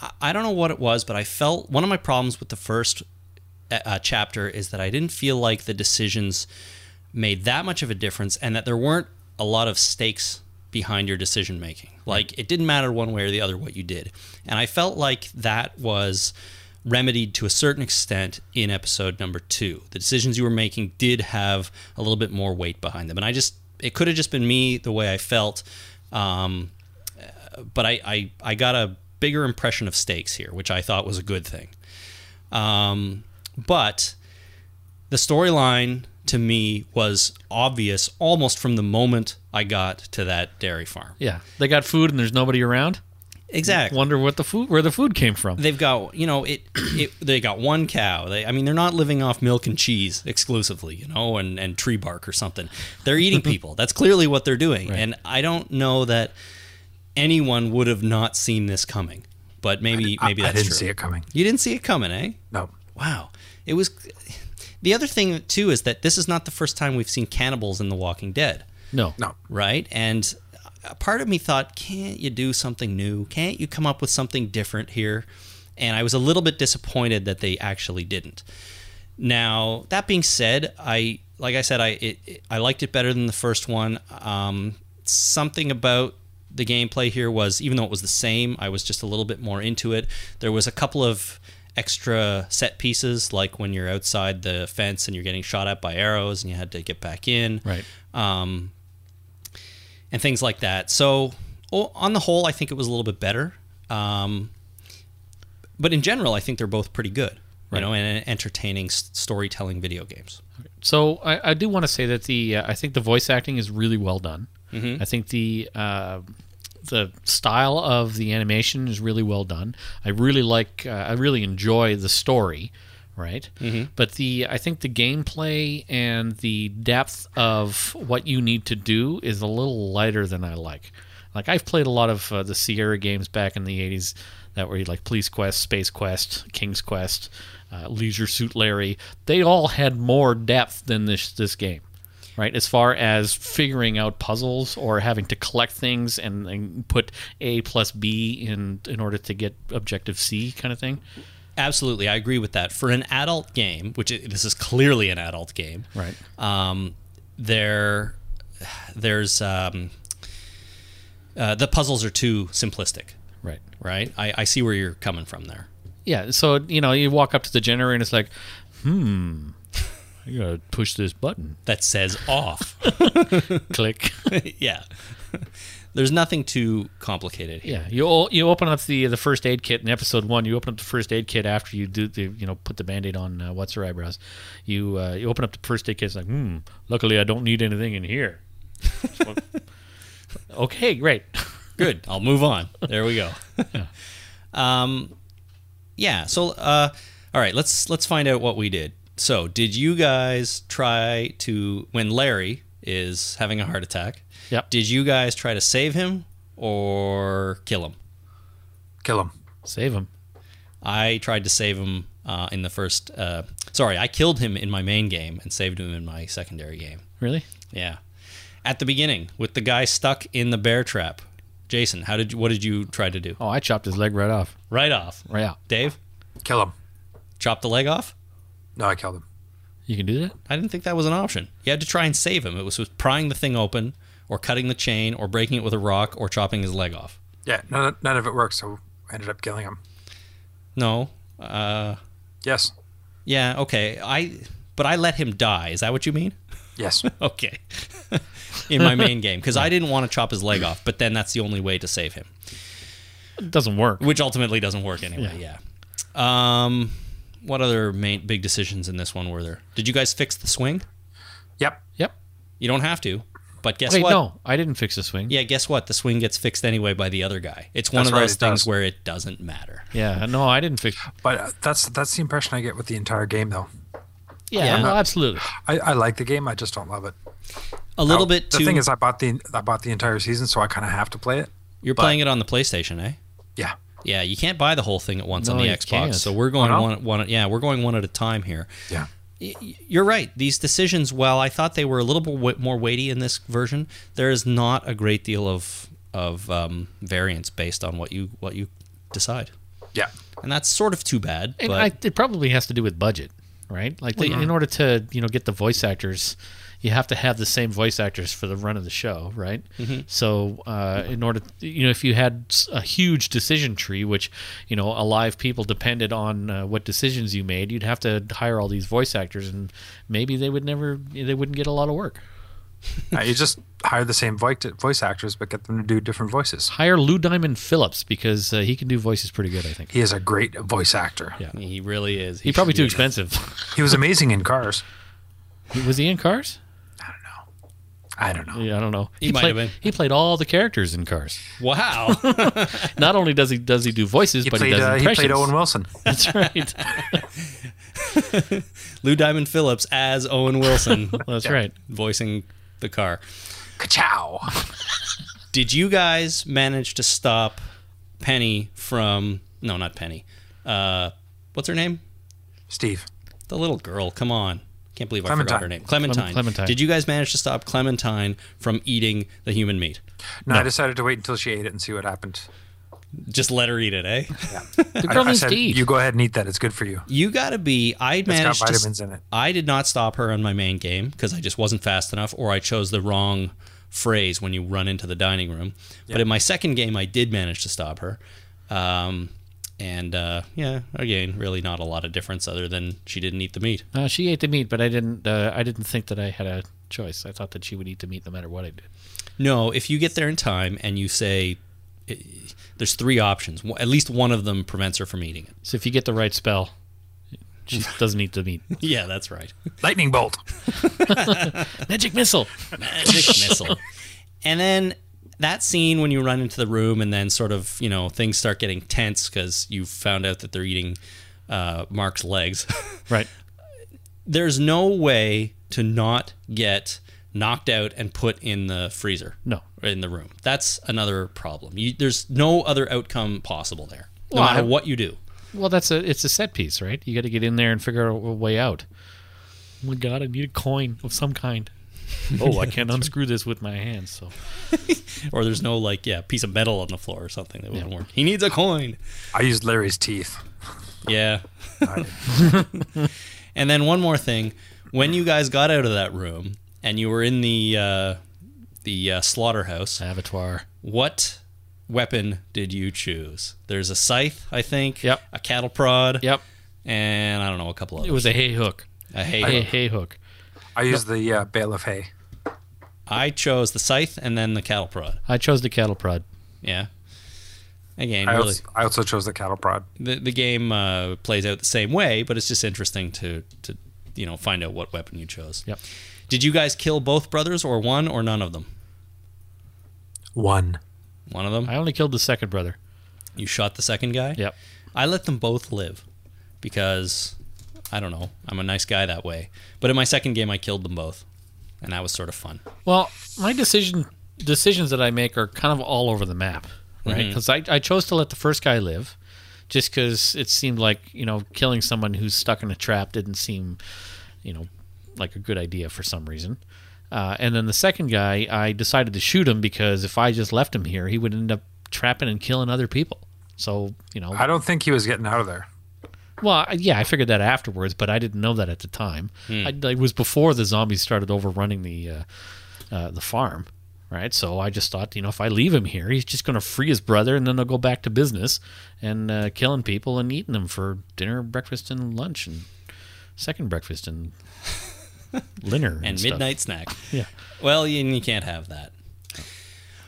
I- I don't know what it was, but I felt one of my problems with the first uh, uh, chapter is that I didn't feel like the decisions made that much of a difference and that there weren't a lot of stakes behind your decision making. Like it didn't matter one way or the other what you did. And I felt like that was remedied to a certain extent in episode number 2. The decisions you were making did have a little bit more weight behind them. And I just it could have just been me the way I felt um uh, but I, I I got a bigger impression of stakes here, which I thought was a good thing. Um, but the storyline to me was obvious almost from the moment I got to that dairy farm.
Yeah, they got food and there's nobody around.
Exactly.
Wonder what the food where the food came from.
They've got you know it, it. They got one cow. They, I mean, they're not living off milk and cheese exclusively, you know, and and tree bark or something. They're eating people. That's clearly what they're doing. And I don't know that anyone would have not seen this coming. But maybe maybe
I, I
that's
didn't
true.
see it coming.
You didn't see it coming, eh?
No,
Wow. It was the other thing too is that this is not the first time we've seen cannibals in The Walking Dead,
No,
no.
right? And a part of me thought, can't you do something new? Can't you come up with something different here? And I was a little bit disappointed that they actually didn't. Now, that being said, I like I said I it, it- I liked it better than the first one. Um, something about the gameplay here was, even though it was the same, I was just a little bit more into it. There was a couple of extra set pieces, like when you're outside the fence and you're getting shot at by arrows, and you had to get back in,
Right.
um, and things like that. So o- on the whole, I think it was a little bit better. Um, but in general, I think they're both pretty good. You know, and entertaining s- storytelling video games.
So I, I do want to say that the uh, I think the voice acting is really well done. I think the uh, the style of the animation is really well done. I really like uh, I really enjoy the story, right? But the I think the gameplay and the depth of what you need to do is a little lighter than I like. Like I've played a lot of uh, the Sierra games back in the '80s that were like Police Quest, Space Quest, King's Quest, uh, Leisure Suit Larry. They all had more depth than this this game, right? As far as figuring out puzzles or having to collect things and, and put A plus B in in order to get objective C kind of thing.
Absolutely, I agree with that. For an adult game, which i this is clearly an adult game,
Right.
um, there there's um, uh, the puzzles are too simplistic
Right.
right I, I see where you're coming from there
Yeah. So you know, you walk up to the generator and it's like, hmm, you gotta push this button.
that says off
Click.
yeah there's nothing too complicated here
Yeah, you o- you open up the the first aid kit in episode one. You open up the first aid kit after you do the you know put the band-aid on uh, what's her eyebrows. You uh, you open up the first aid kit. It's like, hmm. Luckily, I don't need anything in here. okay, great.
good i'll move on there we go um, yeah so uh, all right let's let's find out what we did so did you guys try to when larry is having a heart attack
Yep.
did you guys try to save him or kill him
Kill him.
Save him.
I tried to save him uh, in the first. Uh, sorry, I killed him in my main game and saved him in my secondary game.
Really?
Yeah, at the beginning with the guy stuck in the bear trap. Jason, how did you, what did you try to do?
Oh, I chopped his leg right off.
Right off,
Right out.
Dave,
Kill him.
chop the leg off.
No, I killed him.
You can do that.
I didn't think that was an option. You had to try and save him. It was with prying the thing open, or cutting the chain, or breaking it with a rock, or chopping his leg off.
Yeah, none, of- none of it worked, so I ended up killing him.
No, uh,
Yes.
yeah, okay. I but I let him die. Is that what you mean?
Yes.
Okay. in my main game because I didn't want to chop his leg off, but then that's the only way to save him,
It doesn't work.
which ultimately doesn't work anyway. Yeah. Um, what other main big decisions in this one were there? Did you guys fix the swing?
yep.
Yep.
You don't have to, but guess
Wait,
what?
no, I didn't fix the swing.
Yeah, guess what? The swing gets fixed anyway by the other guy. It's one
That's
of
right,
those
it
things
does.
where it doesn't matter.
Yeah, no, I didn't fix.
But uh, that's that's the impression I get with the entire game, though.
Yeah,
Yeah.
no, absolutely.
I, I like the game. I just don't love it.
A little
Now,
bit
The
too.
thing is, I bought the I bought the entire season, so I kind of have to play it.
you're playing it on the PlayStation, eh?
Yeah.
Yeah, you can't buy the whole thing at once on
No,
the
you
Xbox.
can't.
So we're going
Oh, no?
one, one. Yeah, we're going one at a time here.
Yeah.
Y- You're right. These decisions, while I thought they were a little bit wa- more weighty in this version, there is not a great deal of of um, variance based on what you what you decide,
Yeah.
and that's sort of too bad.
And
but Mm-hmm.
I, it probably has to do with budget, right? Like they, in order to you know get the voice actors, you have to have the same voice actors for the run of the show, right?
Mm-hmm.
So uh, in order, you know, if you had s- a huge decision tree, which you know, alive people depended on uh, what decisions you made, you'd have to hire all these voice actors, and maybe they would never, they wouldn't get a lot of work.
Uh, you just hire the same voice voice actors, but get them to do different voices.
Hire Lou Diamond Phillips because uh, he can do voices pretty good, I think.
He is a great voice actor.
Yeah.
he really is.
He's
should
probably
be-
too expensive.
He was amazing in Cars.
Was he in Cars?
I don't know.
Yeah, I don't know.
He might
played,
have been.
He played all the characters in Cars.
Wow.
Not only does he does he do voices,
He
but
played
he does
uh, he
impressions.
played Owen Wilson.
That's right.
Lou Diamond Phillips as Owen Wilson
That's right.
voicing the car.
Ka-chow.
Did you guys manage to stop Penny from? No, not Penny. Uh, what's her name?
Steve.
The little girl, come on. Can't believe I forgot
Clementine.
her name. Clementine.
Clem- Clementine.
Did you guys manage to stop Clementine from eating the human meat?
No, I decided to wait until she ate it and see what happened.
Just let her eat it, eh?
The
girl
I, I
needs
said,
to eat.
You go ahead and eat that. It's good for you.
You gotta be. I
It's got
managed to.
vitamins in it.
I did not stop her on my main game because I just wasn't fast enough, or I chose the wrong phrase when you run into the dining room. But in my second game, I did manage to stop her. Um, and uh, yeah, again, really not a lot of difference other than she didn't eat the meat.
Uh, she ate the meat, but I didn't. Uh, I didn't think that I had a choice. I thought that she would eat the meat no matter what I did.
No, if you get there in time and you say, eh, there's three options. One- At least one of them prevents her from eating it.
So if you get the right spell, she doesn't eat the meat.
Yeah, that's right.
Lightning bolt.
Magic missile.
magic missile. And then that scene when you run into the room and then sort of, you know, things start getting tense because you found out that they're eating uh, Mark's legs.
Right.
There's no way to not get knocked out and put in the freezer.
No.
In the room. That's another problem. You, there's no other outcome possible there, no
Well, I-
matter what you do.
Well, that's a. It's a set piece, right? You got to get in there and figure out a way out. Oh my god! I need a coin of some kind. Oh, I can't unscrew this with my hands. So
Or there's no, like, yeah, piece of metal on the floor or something that wouldn't work. He needs a coin.
I used Larry's teeth.
Yeah. and then one more thing, when you guys got out of that room and you were in the uh, the uh, slaughterhouse,
avatar.
what weapon did you choose? There's a scythe, I think.
Yep.
A cattle prod.
Yep.
And I don't know a couple
It
others.
was a hay hook.
a hay.
Hay,
hook.
hay hook.
I used the uh, bale of hay.
I chose the scythe and then the cattle prod.
I chose the cattle prod.
Yeah. Again,
I,
really,
also, I also chose the cattle prod.
the the game uh, plays out the same way, but it's just interesting to to you know find out what weapon you chose.
Yep.
Did you guys kill both brothers, or one, or none of them?
One.
One of them.
I only killed the second brother.
You shot the second guy?
Yep.
I let them both live because I don't know. I'm a nice guy that way. But in my second game, I killed them both, and that was sort of fun.
Well, my decision decisions that I make are kind of all over the map, right? Because I, I chose to let the first guy live, just because it seemed like you know killing someone who's stuck in a trap didn't seem, you know, like a good idea for some reason. Uh, and then the second guy, I decided to shoot him because if I just left him here, he would end up trapping and killing other people. So you know,
I don't think he was getting out of there.
well, I- yeah, I figured that afterwards, but I didn't know that at the time.
Hmm.
I, it was before the zombies started overrunning the uh, uh, the farm, right? So I just thought, you know, if I leave him here, he's just going to free his brother, and then they'll go back to business and uh, killing people and eating them for dinner, breakfast, and lunch, and second breakfast and dinner
And
stuff.
midnight snack.
Yeah.
Well, you, you can't have that.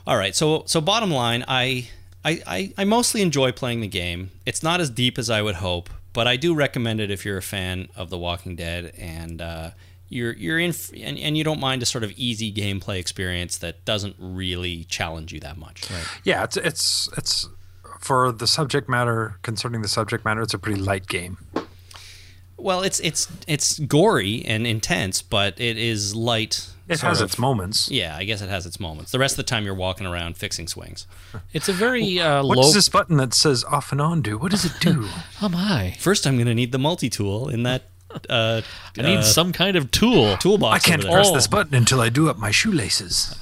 All right. So so bottom line, I, I I I mostly enjoy playing the game. It's not as deep as I would hope, but I do recommend it if you're a fan of The Walking Dead and uh, you're you're in f- and, and you don't mind a sort of easy gameplay experience that doesn't really challenge you that much. Right.
Yeah, it's it's it's for the subject matter concerning the subject matter. It's a pretty light game.
Well, it's it's it's gory and intense, but it is light.
It
sort
has
of-
its moments.
Yeah, I guess it has its moments. The rest of the time, you're walking around fixing swings.
It's a very uh,
What's
low.
this button that says off and on do? What does it do?
Oh my!
First, I'm going to need the multi tool in that uh,
I need
uh,
some kind of tool.
toolbox.
I can't
over there.
press this button until I do up my shoelaces.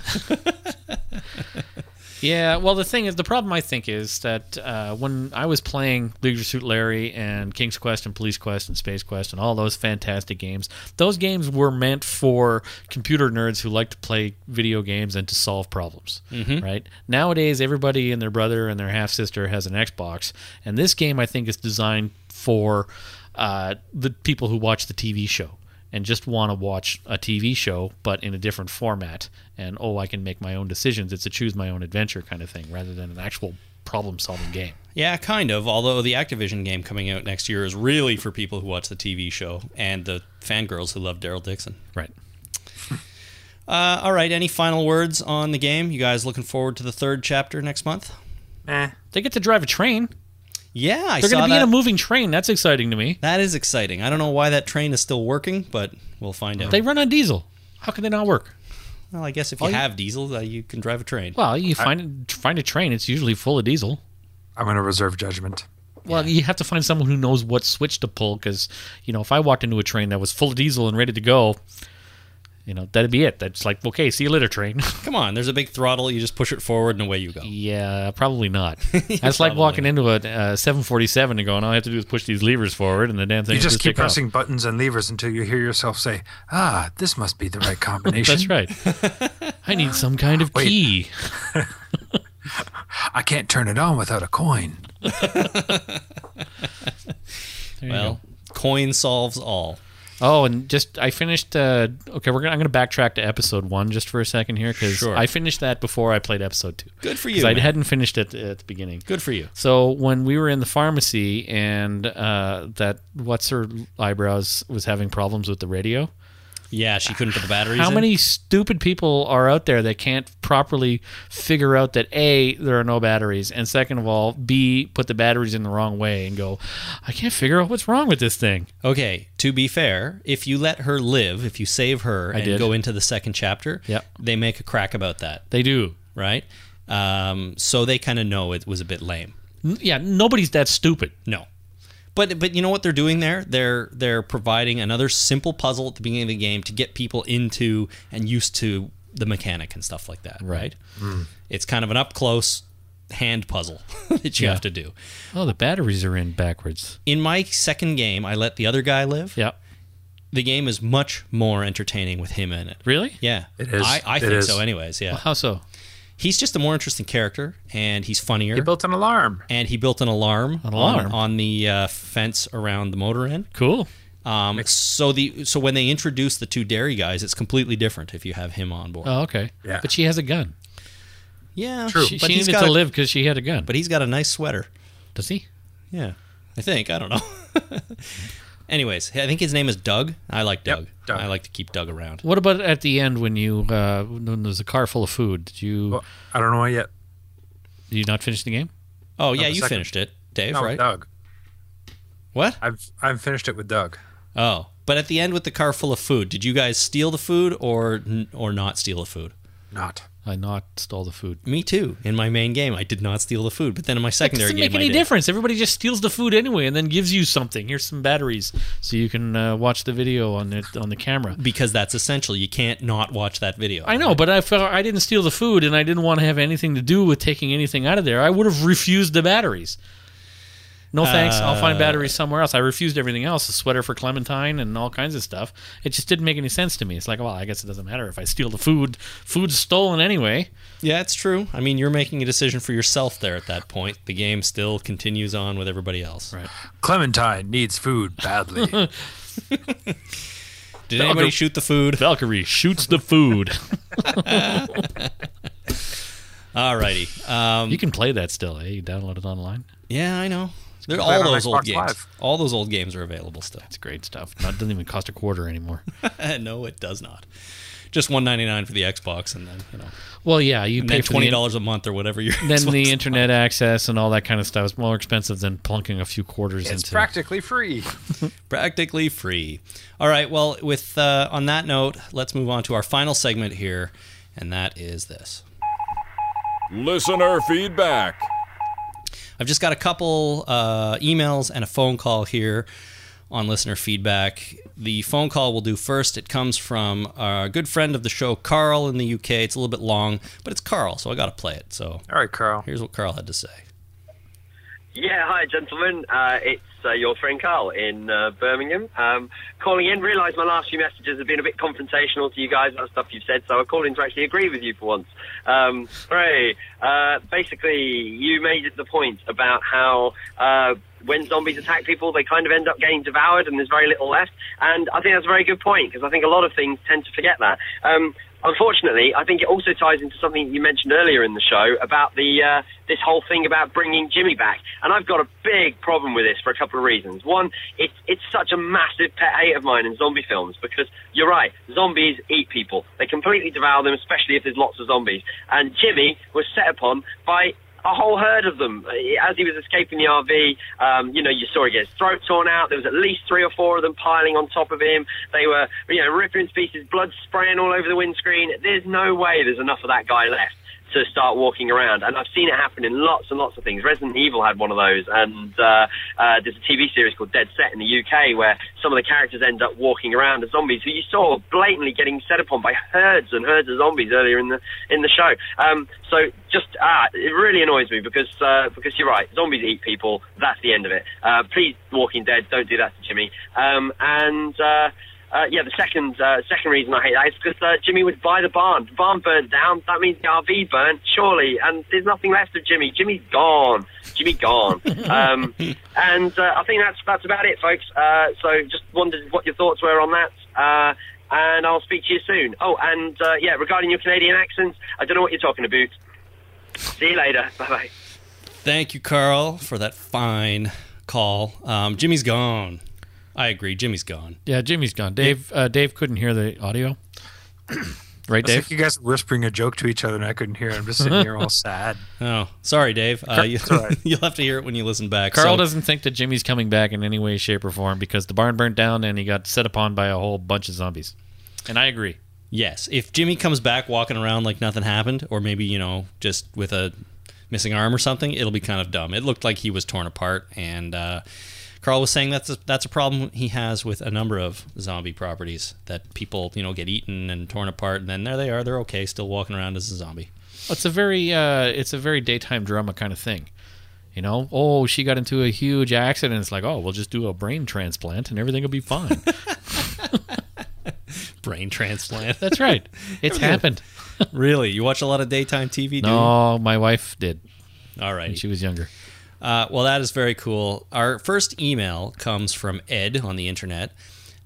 Yeah, well, the thing is, the problem I think is that uh, when I was playing Leisure Suit Larry and King's Quest and Police Quest and Space Quest and all those fantastic games, those games were meant for computer nerds who like to play video games and to solve problems, right? Nowadays, everybody and their brother and their half sister has an Xbox, and this game I think is designed for uh, the people who watch the TV show and just want to watch a TV show, but in a different format. And oh, I can make my own decisions. It's a choose my own adventure kind of thing rather than an actual problem solving game.
Yeah, kind of. Although the Activision game coming out next year is really for people who watch the TV show and the fangirls who love Daryl Dixon.
Right.
Uh, all right, any final words on the game? You guys looking forward to the third chapter next month?
Eh.
They get to drive a train.
Yeah, I
They're
saw
going to be
that.
in a moving train. That's exciting to me.
that is exciting. I don't know why that train is still working, but we'll find out.
They run on diesel. How can they not work?
Well, I guess if you have diesel, uh, you can drive a train.
Well, you find find a train. It's usually full of diesel.
I'm going to reserve judgment.
Well, you have to find someone who knows what switch to pull because, you know, if I walked into a train that was full of diesel and ready to go, You know, that'd be it. That's like, okay, see you later, train.
Come on, there's a big throttle. You just push it forward and away you go.
yeah, probably not. That's like walking into a uh, 747 and going, all I have to do is push these levers forward, and the damn thing.
You
will
just keep
take off.
pressing buttons and levers until you hear yourself say, "Ah, this must be the right combination."
That's right. I need some kind of
Wait.
key.
I can't turn it on without a coin.
There you
Well, coin solves all.
Oh, and just I finished. Uh, okay, we're gonna I'm gonna backtrack to episode one just for a second here because
Sure.
I finished that before I played episode two.
Good for
'Cause
you,
I
man.
hadn't finished it at the beginning.
Good for you.
So when we were in the pharmacy and uh, that what's her eyebrows was having problems with the radio.
Yeah, she couldn't put the batteries.
How
in.
many stupid people are out there that can't properly figure out that a there are no batteries, and second of all, b put the batteries in the wrong way and go, I can't figure out what's wrong with this thing.
Okay, to be fair, if you let her live, if you save her and
did.
go into the second chapter,
Yep.
they make a crack about that,
They do.
right? Um, so they kind of know it was a bit lame.
N- yeah, nobody's that stupid.
No. But but you know what they're doing there? They're they're providing another simple puzzle at the beginning of the game to get people into and used to the mechanic and stuff like that, right? It's kind of an up close hand puzzle that you
Yeah.
have to do.
Oh, the batteries are in backwards.
In my second game, I let the other guy live.
Yeah.
The game is much more entertaining with him in it.
Really?
Yeah.
It is.
I, I
It
think
is.
so anyways, yeah.
How so?
He's just a more interesting character and he's funnier.
He built an alarm.
and he built an alarm,
An alarm.
On, on the uh, fence around the motor end.
Cool.
Um, so the so when they introduce the two dairy guys, it's completely different if you have him on board.
Oh, okay.
Yeah.
But she has a gun.
yeah,
True.
She,
But
she
he's
needed
got
to
a,
live because she had a gun.
But he's got a nice sweater.
does he?
Yeah, I think I don't know. Anyways, I think his name is Doug. I like Doug.
Doug.
I like to keep Doug around.
What about at the end when you uh, when there's a car full of food? Did you
Well, I don't know yet.
did you not finish the game?
Oh yeah, you
second-
finished it, Dave.
No,
right?
Oh, Doug.
What?
I've I've finished it with Doug.
Oh, but at the end with the car full of food, did you guys steal the food or or not steal the food?
Not.
I not stole the food.
Me too. In my main game, I did not steal the food, but then in my
It
secondary
doesn't
game,
make any
I did.
difference. Everybody just steals the food anyway, and then gives you something. Here's some batteries, so you can uh, watch the video on it on the camera.
because that's essential. You can't not watch that video.
I know, but I felt I didn't steal the food, and I didn't want to have anything to do with taking anything out of there. I would have refused the batteries. No thanks. I'll find batteries somewhere else. I refused everything else—a sweater for Clementine and all kinds of stuff. It just didn't make any sense to me. It's like, well, I guess it doesn't matter if I steal the food. Food's stolen anyway.
Yeah, it's true. I mean, you're making a decision for yourself there at that point. The game still continues on with everybody else. Right.
Clementine needs food badly.
Did anybody shoot the food?
Valkyrie shoots the food.
Alrighty. Um,
you can play that still. Eh? You download it online.
yeah, I know. They're
that
all
on
those old
Xbox
games.
Live.
All those old games are available still.
It's great stuff. Not doesn't even cost a quarter anymore.
no, it does not. Just one ninety nine for the Xbox, and then you know,
Well, yeah, you
and
pay
then
for the
twenty dollars a month or whatever. Your
then
Xbox
the internet access and all that kind of stuff is more expensive than plunking a few quarters
it's
into.
practically free.
practically free. All right. Well, with uh, on that note, let's move on to our final segment here, and that is this.
Listener feedback.
I've just got a couple uh, emails and a phone call here on listener feedback. The phone call we'll do first. It comes from a good friend of the show, Carl, in the UK. It's a little bit long, but it's Carl, so I got to play it. So
All right, Carl.
here's what Carl had to say.
Yeah, hi gentlemen. Uh, it's uh, your friend Carl in uh, Birmingham. Um, calling in. Realise my last few messages have been a bit confrontational to you guys about stuff you've said, so I called in to actually agree with you for once. Um, hooray. Uh, basically, you made the point about how uh, when zombies attack people, they kind of end up getting devoured, and there's very little left. And I think that's a very good point because I think a lot of things tend to forget that. Um, unfortunately, I think it also ties into something you mentioned earlier in the show about the uh, this whole thing about bringing Jimmy back. And I've got a big problem with this for a couple of reasons. One, it's it's such a massive pet hate of mine in zombie films because you're right, zombies eat people. They completely devour them, especially if there's lots of zombies. And Jimmy was set upon by a whole herd of them. As he was escaping the RV, um, you know, you saw he get his throat torn out. There was at least three or four of them piling on top of him. They were, you know, ripping him to pieces, blood spraying all over the windscreen. There's no way there's enough of that guy left. to start walking around. And I've seen it happen in lots and lots of things. Resident Evil had one of those, and uh, uh, there's a TV series called Dead Set in the UK where some of the characters end up walking around as zombies who you saw blatantly getting set upon by herds and herds of zombies earlier in the in the show. Um, so just ah, it really annoys me because uh, because you're right, zombies eat people. That's the end of it. Uh, please, Walking Dead, don't do that to Jimmy. Um, and. Uh, uh, yeah, the second uh, second reason I hate that is because uh, Jimmy was by the barn. The barn burned down. That means the RV burnt, surely. And there's nothing left of Jimmy. Jimmy's gone. Jimmy gone. um, and uh, I think that's that's about it, folks. Uh, so just wondered what your thoughts were on that. Uh, and I'll speak to you soon. Oh, and uh, yeah, regarding your Canadian accents, I don't know what you're talking about. See you later. Bye bye.
Thank you, Carl, for that fine call. Um, Jimmy's gone. I agree. Jimmy's gone.
Yeah, Jimmy's gone. Dave uh, Dave couldn't hear the audio. right,
It's
Dave?
like you guys were whispering a joke to each other, and I couldn't hear. it. I'm just sitting here all sad.
Oh, sorry, Dave. Uh, you,
all right.
You'll have to hear it when you listen back.
Carl
So-
doesn't think that Jimmy's coming back in any way, shape, or form because the barn burnt down and he got set upon by a whole bunch of zombies. And I agree.
Yes, if Jimmy comes back walking around like nothing happened, or maybe you know just with a missing arm or something, it'll be kind of dumb. It looked like he was torn apart, and uh, Carl was saying that's a, that's a problem he has with a number of zombie properties that people you know get eaten and torn apart, and then there they are, they're okay, still walking around as a zombie.
It's a very uh, it's a very daytime drama kind of thing. You know, oh, she got into a huge accident. It's like, oh, we'll just do a brain transplant and everything will be fine.
Brain transplant.
That's right. It's happened.
really, you watch a lot of daytime TV? dude?
No, my wife did.
All right.
She was younger.
Uh, well, that is very cool. Our first email comes from Ed on the internet.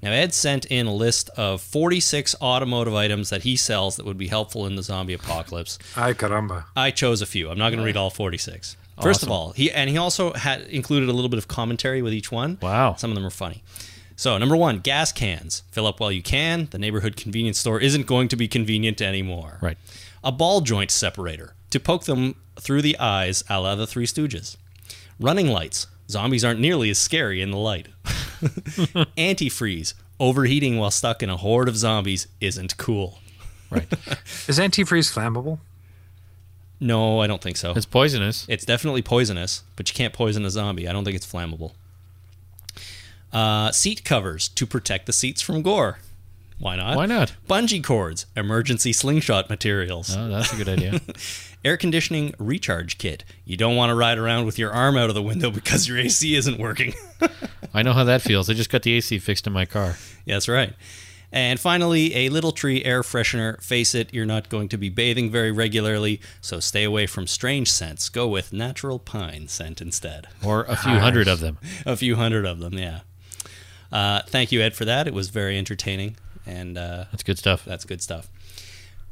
Now, Ed sent in a list of 46 automotive items that he sells that would be helpful in the zombie apocalypse.
Ay caramba!
I chose a few. I'm not going to read all 46. First of all, he and he also had included a little bit of commentary with each one.
Wow.
Some of them are funny. So, number one, gas cans. Fill up while you can. The neighborhood convenience store isn't going to be convenient anymore.
Right.
A ball joint separator to poke them through the eyes a la the Three Stooges. Running lights. Zombies aren't nearly as scary in the light. Antifreeze. Overheating while stuck in a horde of zombies isn't cool.
Is antifreeze flammable?
No, I don't think so.
It's poisonous.
It's definitely poisonous, but you can't poison a zombie. I don't think it's flammable. Uh, seat covers to protect the seats from gore. Why not?
Why not?
Bungee cords, emergency slingshot materials,
Oh, that's a good idea.
air conditioning recharge kit. You don't want to ride around with your arm out of the window because your AC isn't working.
I know how that feels. I just got the AC fixed in my car.
Yeah, That's right. And finally, a little tree air freshener. Face it, you're not going to be bathing very regularly, so stay away from strange scents. Go with natural pine scent instead.
Or a few hundred of them.
a few hundred of them. Yeah. Uh, thank you, Ed, for that. It was very entertaining, and uh,
That's good stuff.
that's good stuff.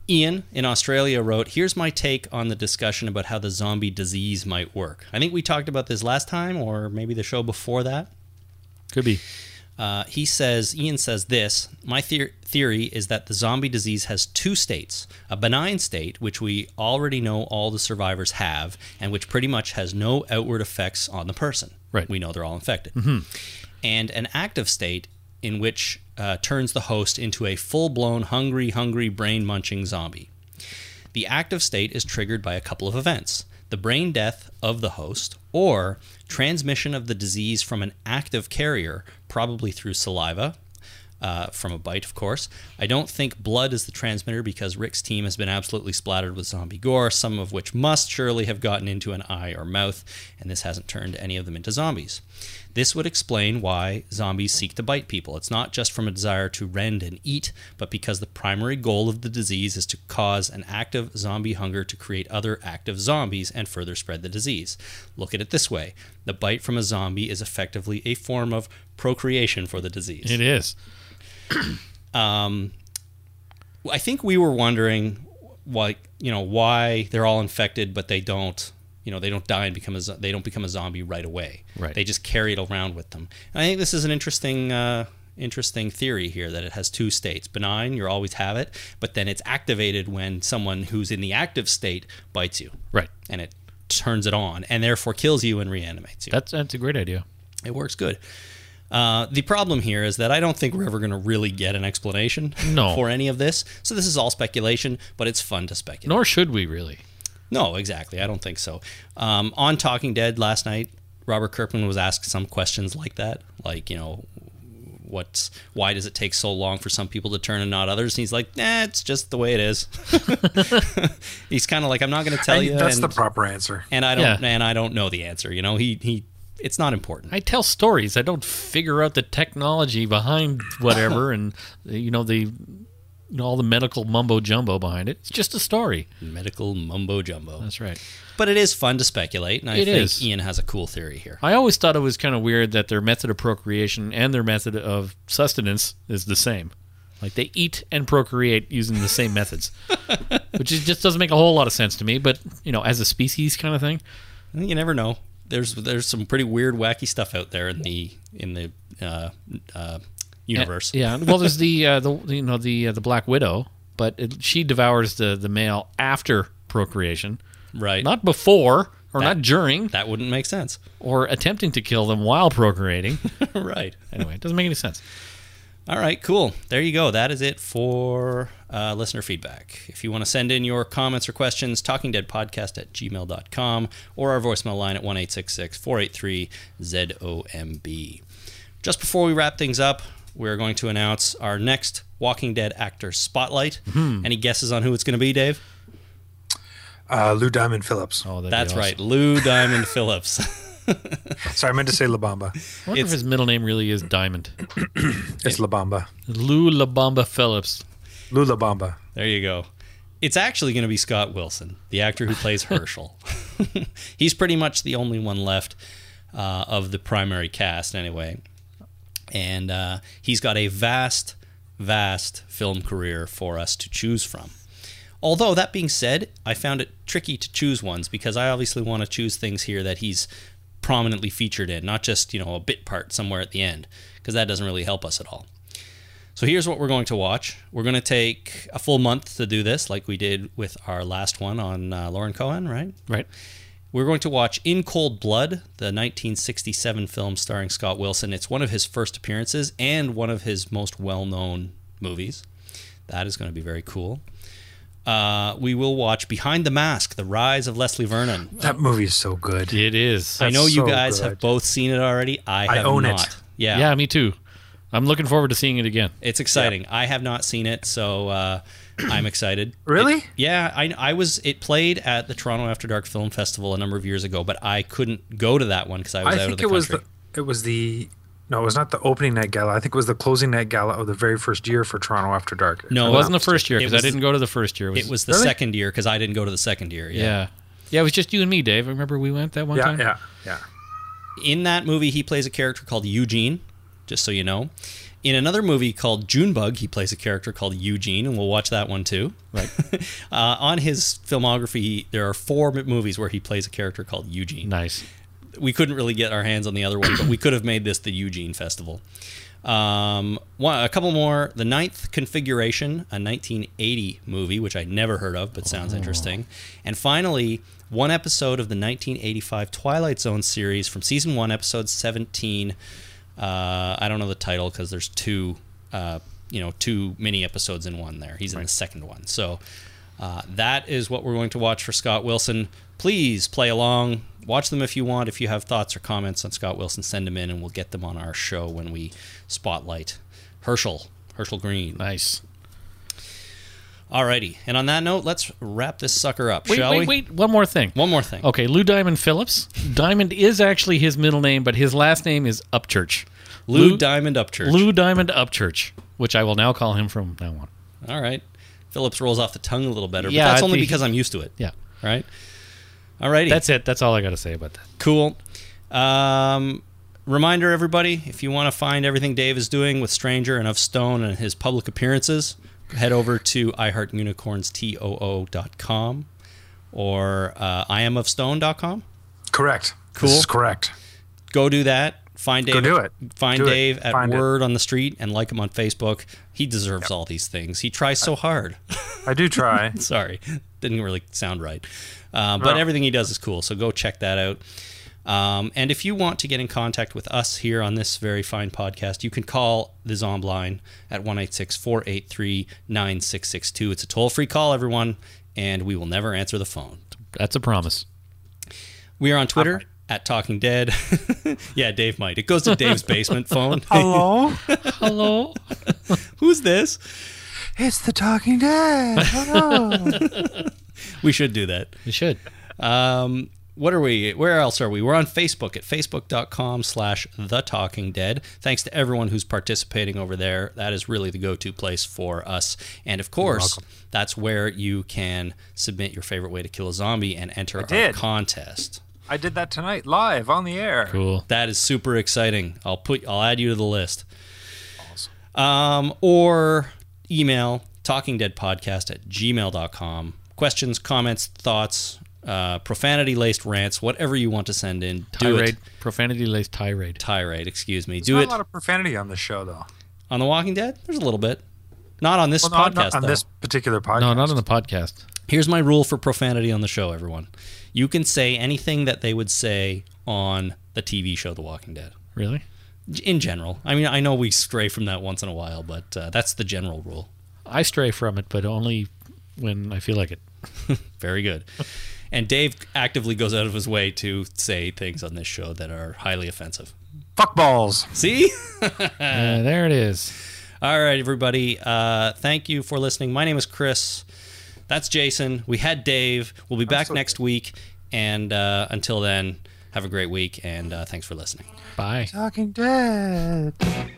Ian in Australia wrote, "Here's my take on the discussion about how the zombie disease might work. I think we talked about this last time, or maybe the show before that.
Could be.
Uh, he says, Ian says this My theor- theory is that the zombie disease has two states a benign state, which we already know all the survivors have, and which pretty much has no outward effects on the person.
Right.
We know they're all infected. And an active state in which uh, turns the host into a full blown, hungry, hungry, brain munching zombie. The active state is triggered by a couple of events the brain death of the host, or transmission of the disease from an active carrier, probably through saliva. Uh, from a bite, of course. I don't think blood is the transmitter because Rick's team has been absolutely splattered with zombie gore, some of which must surely have gotten into an eye or mouth, and this hasn't turned any of them into zombies. This would explain why zombies seek to bite people. It's not just from a desire to rend and eat, but because the primary goal of the disease is to cause an active zombie hunger to create other active zombies and further spread the disease. Look at it this way the bite from a zombie is effectively a form of procreation for the disease.
It is.
I think we were wondering why you know why they're all infected, but they don't you know they don't die and become a zo- they don't become a zombie right away.
Right.
They just carry it around with them. And I think this is an interesting uh, interesting theory here that it has two states: benign, you always have it, but then it's activated when someone who's in the active state bites you,
Right.
and it turns it on, and therefore kills you and reanimates you.
That's that's a great idea.
it works good. Uh, the problem here is that I don't think we're ever going to really get an explanation
No.
for any of this. So this is all speculation, but it's fun to speculate.
Nor should we really.
No, exactly. I don't think so. Um, on Talking Dead last night, Robert Kirkman was asked some questions like that, like you know, what's why does it take so long for some people to turn and not others? And he's like, nah, it's just the way it is. he's kind of like, I'm not going to tell
And
you.
that's
Oh, and,
the proper answer.
and I don't
Yeah.
and I don't know the answer. You know, he he, it's not important.
I tell stories. I don't figure out the technology behind whatever, and you know the, you know, all the medical mumbo jumbo behind it. It's just a story.
Medical mumbo jumbo.
That's right.
But it is fun to speculate, and I
It
think
is.
Ian has a cool theory here.
I always thought it was kind of weird that their method of procreation and their method of sustenance is the same. Like they eat and procreate using the same methods, which is, just doesn't make a whole lot of sense to me. But you know, as a species, kind of thing.
You never know. There's there's some pretty weird, wacky stuff out there in the in the uh, uh, universe.
Yeah. Well, there's the uh, the you know the uh, the Black Widow, but it, she devours the the male after procreation,
Right.
not before or
That-
not during
that wouldn't make sense.
or attempting to kill them while procreating.
right.
anyway, it doesn't make any sense.
All right, cool. There you go. That is it for uh, listener feedback. If you want to send in your comments or questions, talkingdeadpodcast at gmail.com or our voicemail line at 1 483 ZOMB. Just before we wrap things up, we're going to announce our next Walking Dead actor spotlight.
Mm-hmm.
Any guesses on who it's going to be, Dave?
Uh, Lou Diamond Phillips.
Oh, that'd be
That's
awesome.
right, Lou Diamond Phillips.
Sorry, I meant to say La Bamba.
I wonder if his middle name really is Diamond.
It's La Bamba.
Lou Labamba Phillips.
Lou La Bamba.
There you go. It's actually going to be Scott Wilson, the actor who plays Herschel. He's pretty much the only one left uh, of the primary cast, anyway. And uh, he's got a vast, vast film career for us to choose from. Although, that being said, I found it tricky to choose ones because I obviously want to choose things here that he's prominently featured in, not just, you know, a bit part somewhere at the end, because that doesn't really help us at all. So here's what we're going to watch. We're going to take a full month to do this, like we did with our last one on uh, Lauren Cohen, right?
Right.
We're going to watch In Cold Blood, the 1967 film starring Scott Wilson. It's one of his first appearances and one of his most well known movies. That is going to be very cool. Uh, we will watch Behind the Mask, The Rise of Leslie Vernon.
That movie is so good.
It is.
I know you
so
guys
good.
have both seen it already. I
I
have
own it.
not. Yeah.
Yeah, me too. I'm looking forward to seeing it again.
It's exciting. I have not seen it, so uh, I'm excited.
Really?
It- yeah, I, I was. It played at the Toronto After Dark Film Festival a number of years ago, but I couldn't go to that one because I was
I
out of
think
the
it
country.
was the it was the no, it was not the opening night gala. I think it was the closing night gala of the very first year for Toronto After Dark.
No,
It
Oh,
wasn't
wow.
the first year
It
because
was-
I didn't go to the first year.
it was the
Really?
second year because I didn't go to the second year.
Yeah. yeah. it was just you and me, Dave. Remember we went that one
Yeah,
time?
yeah, yeah.
In that movie, he plays a character called Eugene. Just so you know. In another movie called Junebug, he plays a character called Eugene, and we'll watch that one too. Right. uh, on his filmography, there are four movies where he plays a character called Eugene.
Nice.
we couldn't really get our hands on the other one, but we could have made this the Eugene Festival. Um, one, a couple more. The Ninth Configuration, a 1980 movie, which I never heard of, but sounds interesting. And finally, one episode of the 1985 Twilight Zone series from season one, episode 17. Uh, I don't know the title because there's two, uh, you know, two mini episodes in one. There, he's in the second one. So uh, that is what we're going to watch for Scott Wilson. Please play along. Watch them if you want. If you have thoughts or comments on Scott Wilson, send them in and we'll get them on our show when we spotlight Herschel, Herschel Green.
Nice.
Alrighty. And on that note, let's wrap this sucker up,
Wait,
shall
wait, Oh,
we?
wait. One more thing.
One more thing.
Okay, Lou Diamond Phillips. Diamond is actually his middle name, but his last name is Upchurch.
Lou, Diamond Upchurch.
Lou Diamond Upchurch, which I will now call him from now on.
All right. Phillips rolls off the tongue a little better,
Yeah,
but that's
I
only
think-
because I'm used to it.
Yeah.
Right? Alrighty.
That's it. That's all I got to say about that.
Cool. Um, reminder, everybody, if you want to find everything Dave is doing with Stranger and of Stone and his public appearances, head over to iHeartUnicornsTOO.com or uh, IamOfStone.com.
Correct.
Cool.
This is correct.
Go do that. Find Dave.
do it.
Find
Do it.
Dave at
Find it.
Word on the Street and like him on Facebook. He deserves all these things. He tries so hard.
I do try.
Sorry, didn't really sound right. Um, but
No.
everything he does is cool, so go check that out. Um, and if you want to get in contact with us here on this very fine podcast, you can call the Zomb line at 186 483 9662. It's a toll free call, everyone, and we will never answer the phone.
That's a promise.
We are on Twitter at Talking Dead. yeah, Dave might. It goes to Dave's basement phone.
Hello,
Hello.
Who's this?
it's the Talking Dead. Hello.
We should do that.
You should.
Um, what are we? Where else are we? We're on Facebook at facebook.com slash the talking dead. Thanks to everyone who's participating over there. That is really the go to place for us. And of course, that's where you can submit your favorite way to kill a zombie and enter our
did.
contest.
I did that tonight, live on the air.
Cool.
That is super exciting. I'll put I'll add you to the list. Um, or email talkingdeadpodcast at gmail.com. Questions, comments, thoughts, uh, profanity laced rants, whatever you want to send in, do
Tirade.
it.
Profanity laced tirade.
Tirade, excuse me.
Not
do it
a lot of profanity on this show, though.
on The Walking Dead? There's a little bit. Not on this
Well, not,
podcast,
not on
though.
this particular podcast.
No, not on the podcast.
Here's my rule for profanity on the show, everyone. You can say anything that they would say on the TV show The Walking Dead.
Really?
in general. I mean, I know we stray from that once in a while, but uh, that's the general rule.
I stray from it, but only when I feel like it.
Very good. And Dave actively goes out of his way to say things on this show that are highly offensive.
Fuck balls.
See?
Uh, there it is.
All right, everybody. Uh, thank you for listening. My name is Chris. That's Jason. We had Dave. We'll be back next week. And uh, until then, have a great week. And uh, thanks for listening.
Bye.
Talking Dead.